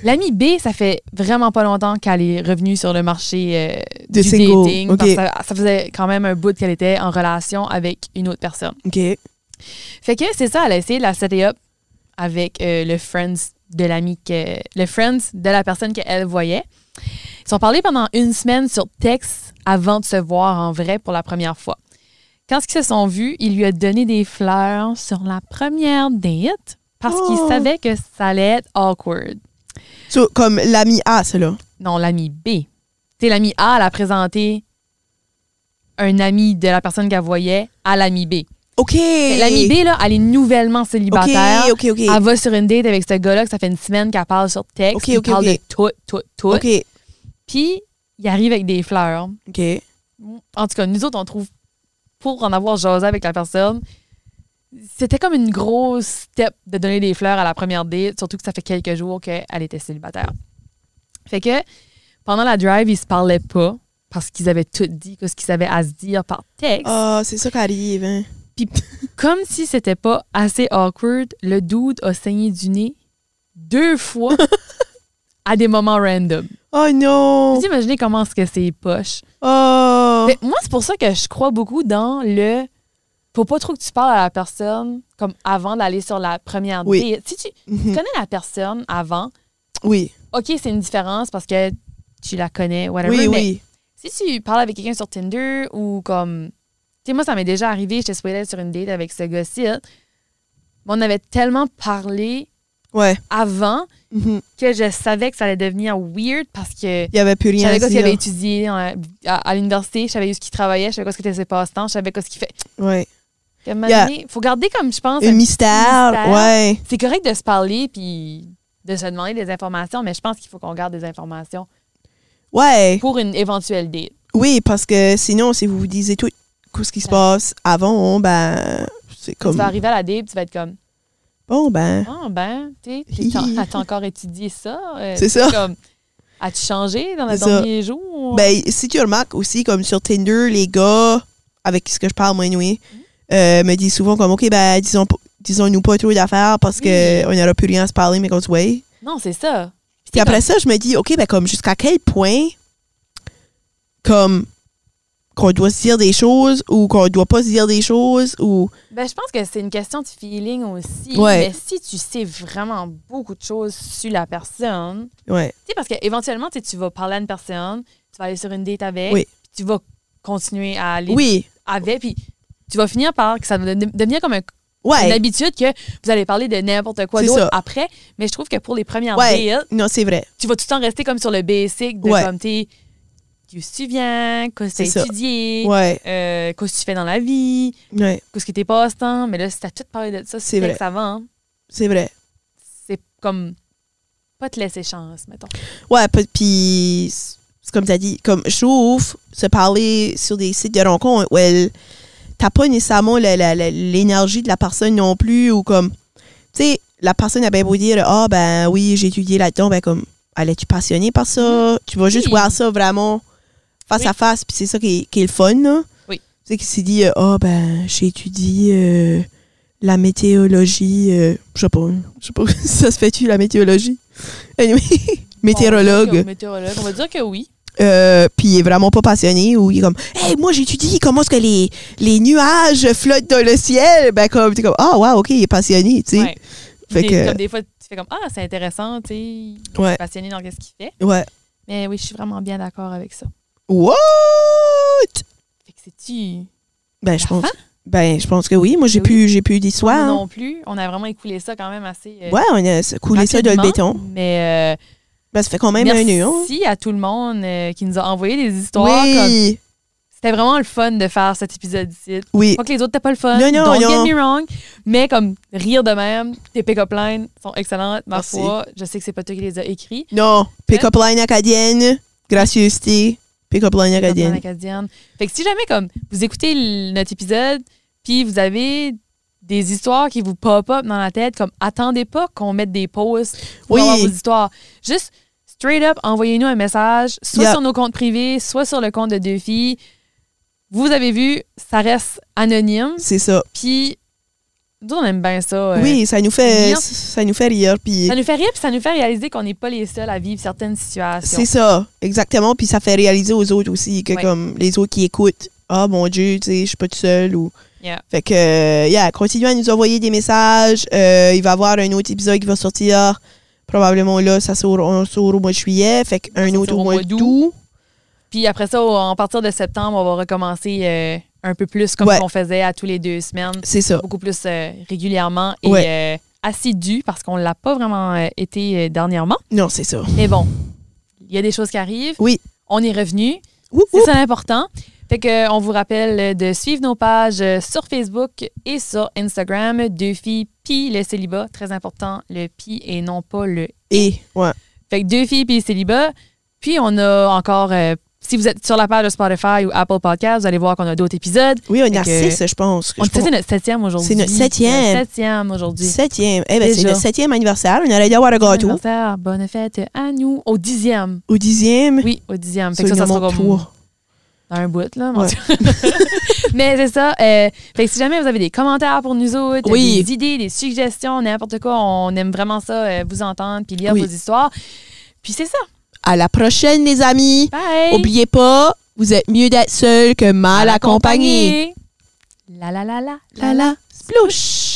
L'ami B, ça fait vraiment pas longtemps qu'elle est revenue sur le marché euh,
De
du
single.
dating.
Ok.
parce que ça, ça faisait quand même un bout qu'elle était en relation avec une autre personne.
OK.
Fait que c'est ça, elle a essayé de la setter up avec euh, le friends de l'ami que le friends de la personne qu'elle voyait. Ils sont parlé pendant une semaine sur texte avant de se voir en vrai pour la première fois. Quand ils se sont vus, il lui a donné des fleurs sur la première date parce qu'il
Oh.
savait que ça allait être awkward.
So, comme l'ami A, c'est là.
Non, l'ami B. Tu sais, l'ami A, elle a présenté un ami de la personne qu'elle voyait à l'ami B.
OK.
L'ami B, là, elle est nouvellement célibataire.
OK, OK, OK.
Elle va sur une date avec ce gars-là que ça fait une semaine qu'elle parle sur texte.
Ok,
ils
ok,
parlent
ok.
de tout, tout, tout.
OK.
Puis, il arrive avec des fleurs.
OK.
En tout cas, nous autres, on trouve, pour en avoir jasé avec la personne, c'était comme une grosse step de donner des fleurs à la première date, surtout que ça fait quelques jours qu'elle était célibataire. Fait que, pendant la drive, ils se parlaient pas parce qu'ils avaient tout dit, que ce qu'ils avaient à se dire par texte.
Ah, c'est ça qui arrive, hein.
Comme si c'était pas assez awkward, le dude a saigné du nez
[laughs]
deux fois à des moments random.
Oh non!
Vous imaginez comment est-ce que c'est poche.
Oh!
Fait, moi, c'est pour ça que je crois beaucoup dans le faut pas trop que tu parles à la personne comme avant d'aller sur la première date.
Oui.
Si tu
Mhm.
connais la personne avant,
Oui,
OK, c'est une différence parce que tu la connais, whatever.
oui,
mais
oui.
si tu parles avec quelqu'un sur Tinder ou comme. Tu sais, moi, ça m'est déjà arrivé, j'étais supposée être sur une date avec ce gars-ci. hein. Mais On avait tellement parlé
Ouais.
avant
Mhm.
que je savais que ça allait devenir weird parce que
Il n'y avait plus
je
rien
savais
à
quoi qu'il
dire.
avait étudié en- à, à l'université, je savais où ce qu'il travaillait, je savais quoi ce que était ses passe-temps, je savais quoi ce qu'il fait.
Ouais.
Fait qu'à un moment
Yeah.
donné, faut garder comme je pense.
Un
un-
mystère,
mystère.
ouais.
C'est correct de se parler puis de se demander des informations, mais je pense qu'il faut qu'on garde des informations
Ouais.
pour une éventuelle date.
Oui, parce que sinon, si vous vous disiez tout ce qui se passe avant, ben, c'est
Tu
comme.
vas arriver à la date, tu vas être comme
Bon, ben,
Ah ben, tu
Hi.
sais,
[laughs]
t'as encore étudié ça? Euh,
c'est ça.
Comme, as-tu changé dans les
C'est ça.
derniers jours?
Ben, si tu remarques aussi, comme sur Tinder, les gars avec qui ce que je parle, moi, anyway, euh, me disent souvent comme, OK, ben, disons, p- disons-nous pas trop d'affaires parce que on n'aura plus rien à se parler, mais comme tu ouais.
non, c'est ça.
Puis après ça, je me dis, OK, ben, comme, jusqu'à quel point, comme, qu'on doit se dire des choses ou qu'on doit pas se dire des choses ou.
Ben, je pense que c'est une question de feeling aussi.
Ouais.
Mais si tu sais vraiment beaucoup de choses sur la personne,
Ouais.
tu sais, parce qu'éventuellement, tu vas parler à une personne, tu vas aller sur une date avec,
Oui.
puis tu vas continuer à aller
Oui.
avec, puis tu vas finir par que ça va de- devenir comme un- une
Ouais.
habitude que vous allez parler de n'importe quoi
C'est
d'autre
ça.
après. Mais je trouve que pour les premières
Ouais.
dates,
Non, c'est vrai.
tu vas tout le temps rester comme sur le basic de
Ouais.
comme t'es qu'est-ce que tu viens, qu'est-ce que
C'est
t'as
ça.
étudié,
Ouais.
euh, qu'est-ce que tu fais dans la vie,
Ouais.
qu'est-ce que t'es passe-temps. Mais là, si t'as tout parlé de ça,
C'est
c'est
vrai.
vrai. avant,
C'est vrai.
c'est comme pas te laisser chance, mettons.
Ouais, p- puis c'est comme tu as dit, comme je trouve, se parler sur des sites de rencontres où elle t'as pas nécessairement la- la- la- l'énergie de la personne non plus ou comme tu sais, la personne a bien beau dire ah ben oui, j'ai étudié là-dedans, ben comme elle est passionnée par ça, tu vas juste
Mm-hmm. Oui.
voir ça vraiment face
Oui.
à face, puis c'est ça qui est, qui est le fun. Là.
Oui.
Tu sais qui s'est dit ah ben j'ai étudié euh, la météorologie, euh, je sais pas, je sais pas, [laughs] ça se fait-tu la météorologie Anyway, [laughs]
On va dire
météorologue.
que- météorologue. On va dire que oui.
Euh, puis il est vraiment pas passionné ou il est comme hey moi j'étudie comment est-ce que les, les nuages flottent dans le ciel ben comme t'es comme ah wow ok il est passionné tu sais
Ouais.
[laughs] Fait
Des-
que-
Comme des fois, tu fais comme Ah, c'est intéressant, tu sais, il est
Ouais.
passionné dans quest ce qu'il fait.
ouais
Mais oui, je suis vraiment bien d'accord avec ça.
what
Fait que c'est-tu.
ben je
la
pense
fin?
ben je pense que oui moi j'ai
Oui.
pu j'ai pu
Nous
d'histoire
Non plus. On a vraiment écoulé ça quand même assez. euh,
ouais on a coulé ça dans le
rapidement.
béton
Mais. euh,
ben ça fait quand même un
Merci
an hein.
à tout le monde euh, qui nous a envoyé des histoires. comme-
oui
C'était vraiment le fun de faire cet épisode-ci.
oui
Pas que les autres n'étaient pas le fun.
Non, non,
Don't
non.
get me wrong. Mais comme rire de même, tes pick-up lines sont excellentes, ma
Merci.
foi. Je sais que c'est pas toi qui les as écrits.
non pick up line acadienne gracieuseté pick up line
Acadienne.
acadienne
Acadienne. Fait que si jamais comme vous écoutez l- notre épisode, puis vous avez des histoires qui vous pop up dans la tête, comme attendez pas qu'on mette des pauses pour
Oui.
avoir vos histoires. Juste straight up, envoyez-nous un message, soit
Yeah.
sur nos comptes privés, soit sur le compte de deux filles. Vous avez vu, ça reste anonyme,
c'est ça
puis nous on aime bien ça. euh,
oui ça nous fait
Bien.
ça nous fait rire puis
Ça nous fait rire, puis ça nous fait réaliser qu'on n'est pas les seuls à vivre certaines situations.
C'est ça, exactement. Puis ça fait réaliser aux autres aussi que
Ouais.
comme les autres qui écoutent, ah mon Dieu, tu sais, je suis pas tout seul ou.
Yeah.
Fait que, euh, yeah, continuez à nous envoyer des messages. Euh, il va y avoir un autre épisode qui va sortir. Probablement là, ça sort, on sort au mois de juillet. Fait qu'un
Ça
autre
sort
au mois d'août.
Puis après ça, au- en partir de septembre, on va recommencer euh, un peu plus comme
Ouais.
on faisait à tous les deux semaines,
C'est ça.
beaucoup plus euh, régulièrement et euh, assidu parce qu'on l'a pas vraiment euh, été euh, dernièrement.
Non, c'est ça.
Mais bon, il y a des choses qui arrivent.
Oui.
On est revenu.
Oup,
C'est
oup.
ça l'important. Fait que, euh, on vous rappelle de suivre nos pages euh, sur Facebook et sur Instagram. Deux filles, puis le célibat. Très important, le pi et non pas le
Et, ouais.
fait que deux filles puis célibat. Puis on a encore, euh, si vous êtes sur la page de Spotify ou Apple Podcast, vous allez voir qu'on a d'autres épisodes.
Oui, on a
que-
six, je pense.
On
Je pense-
c'est notre septième aujourd'hui.
C'est notre septième.
Notre septième aujourd'hui.
Septième. Eh ben, c'est
Déjà.
le septième anniversaire. On aurait dû avoir un gâteau.
Anniversaire. Bonne fête à nous. Au dixième.
Au dixième.
Oui, au dixième. Fait que ça, ça
seulement
sera comme
trois.
dans un bout, là. mon
Ouais.
Dieu. [laughs] Mais c'est ça. euh, fait que si jamais vous avez des commentaires pour nous autres,
Oui.
des idées, des suggestions, n'importe quoi, on aime vraiment ça, euh, vous entendre puis lire
Oui.
vos histoires. Puis c'est ça.
À la prochaine, les amis.
Bye!
Oubliez pas, vous êtes mieux d'être seul que mal accompagné.
accompagné. La la la la.
La la, splouche!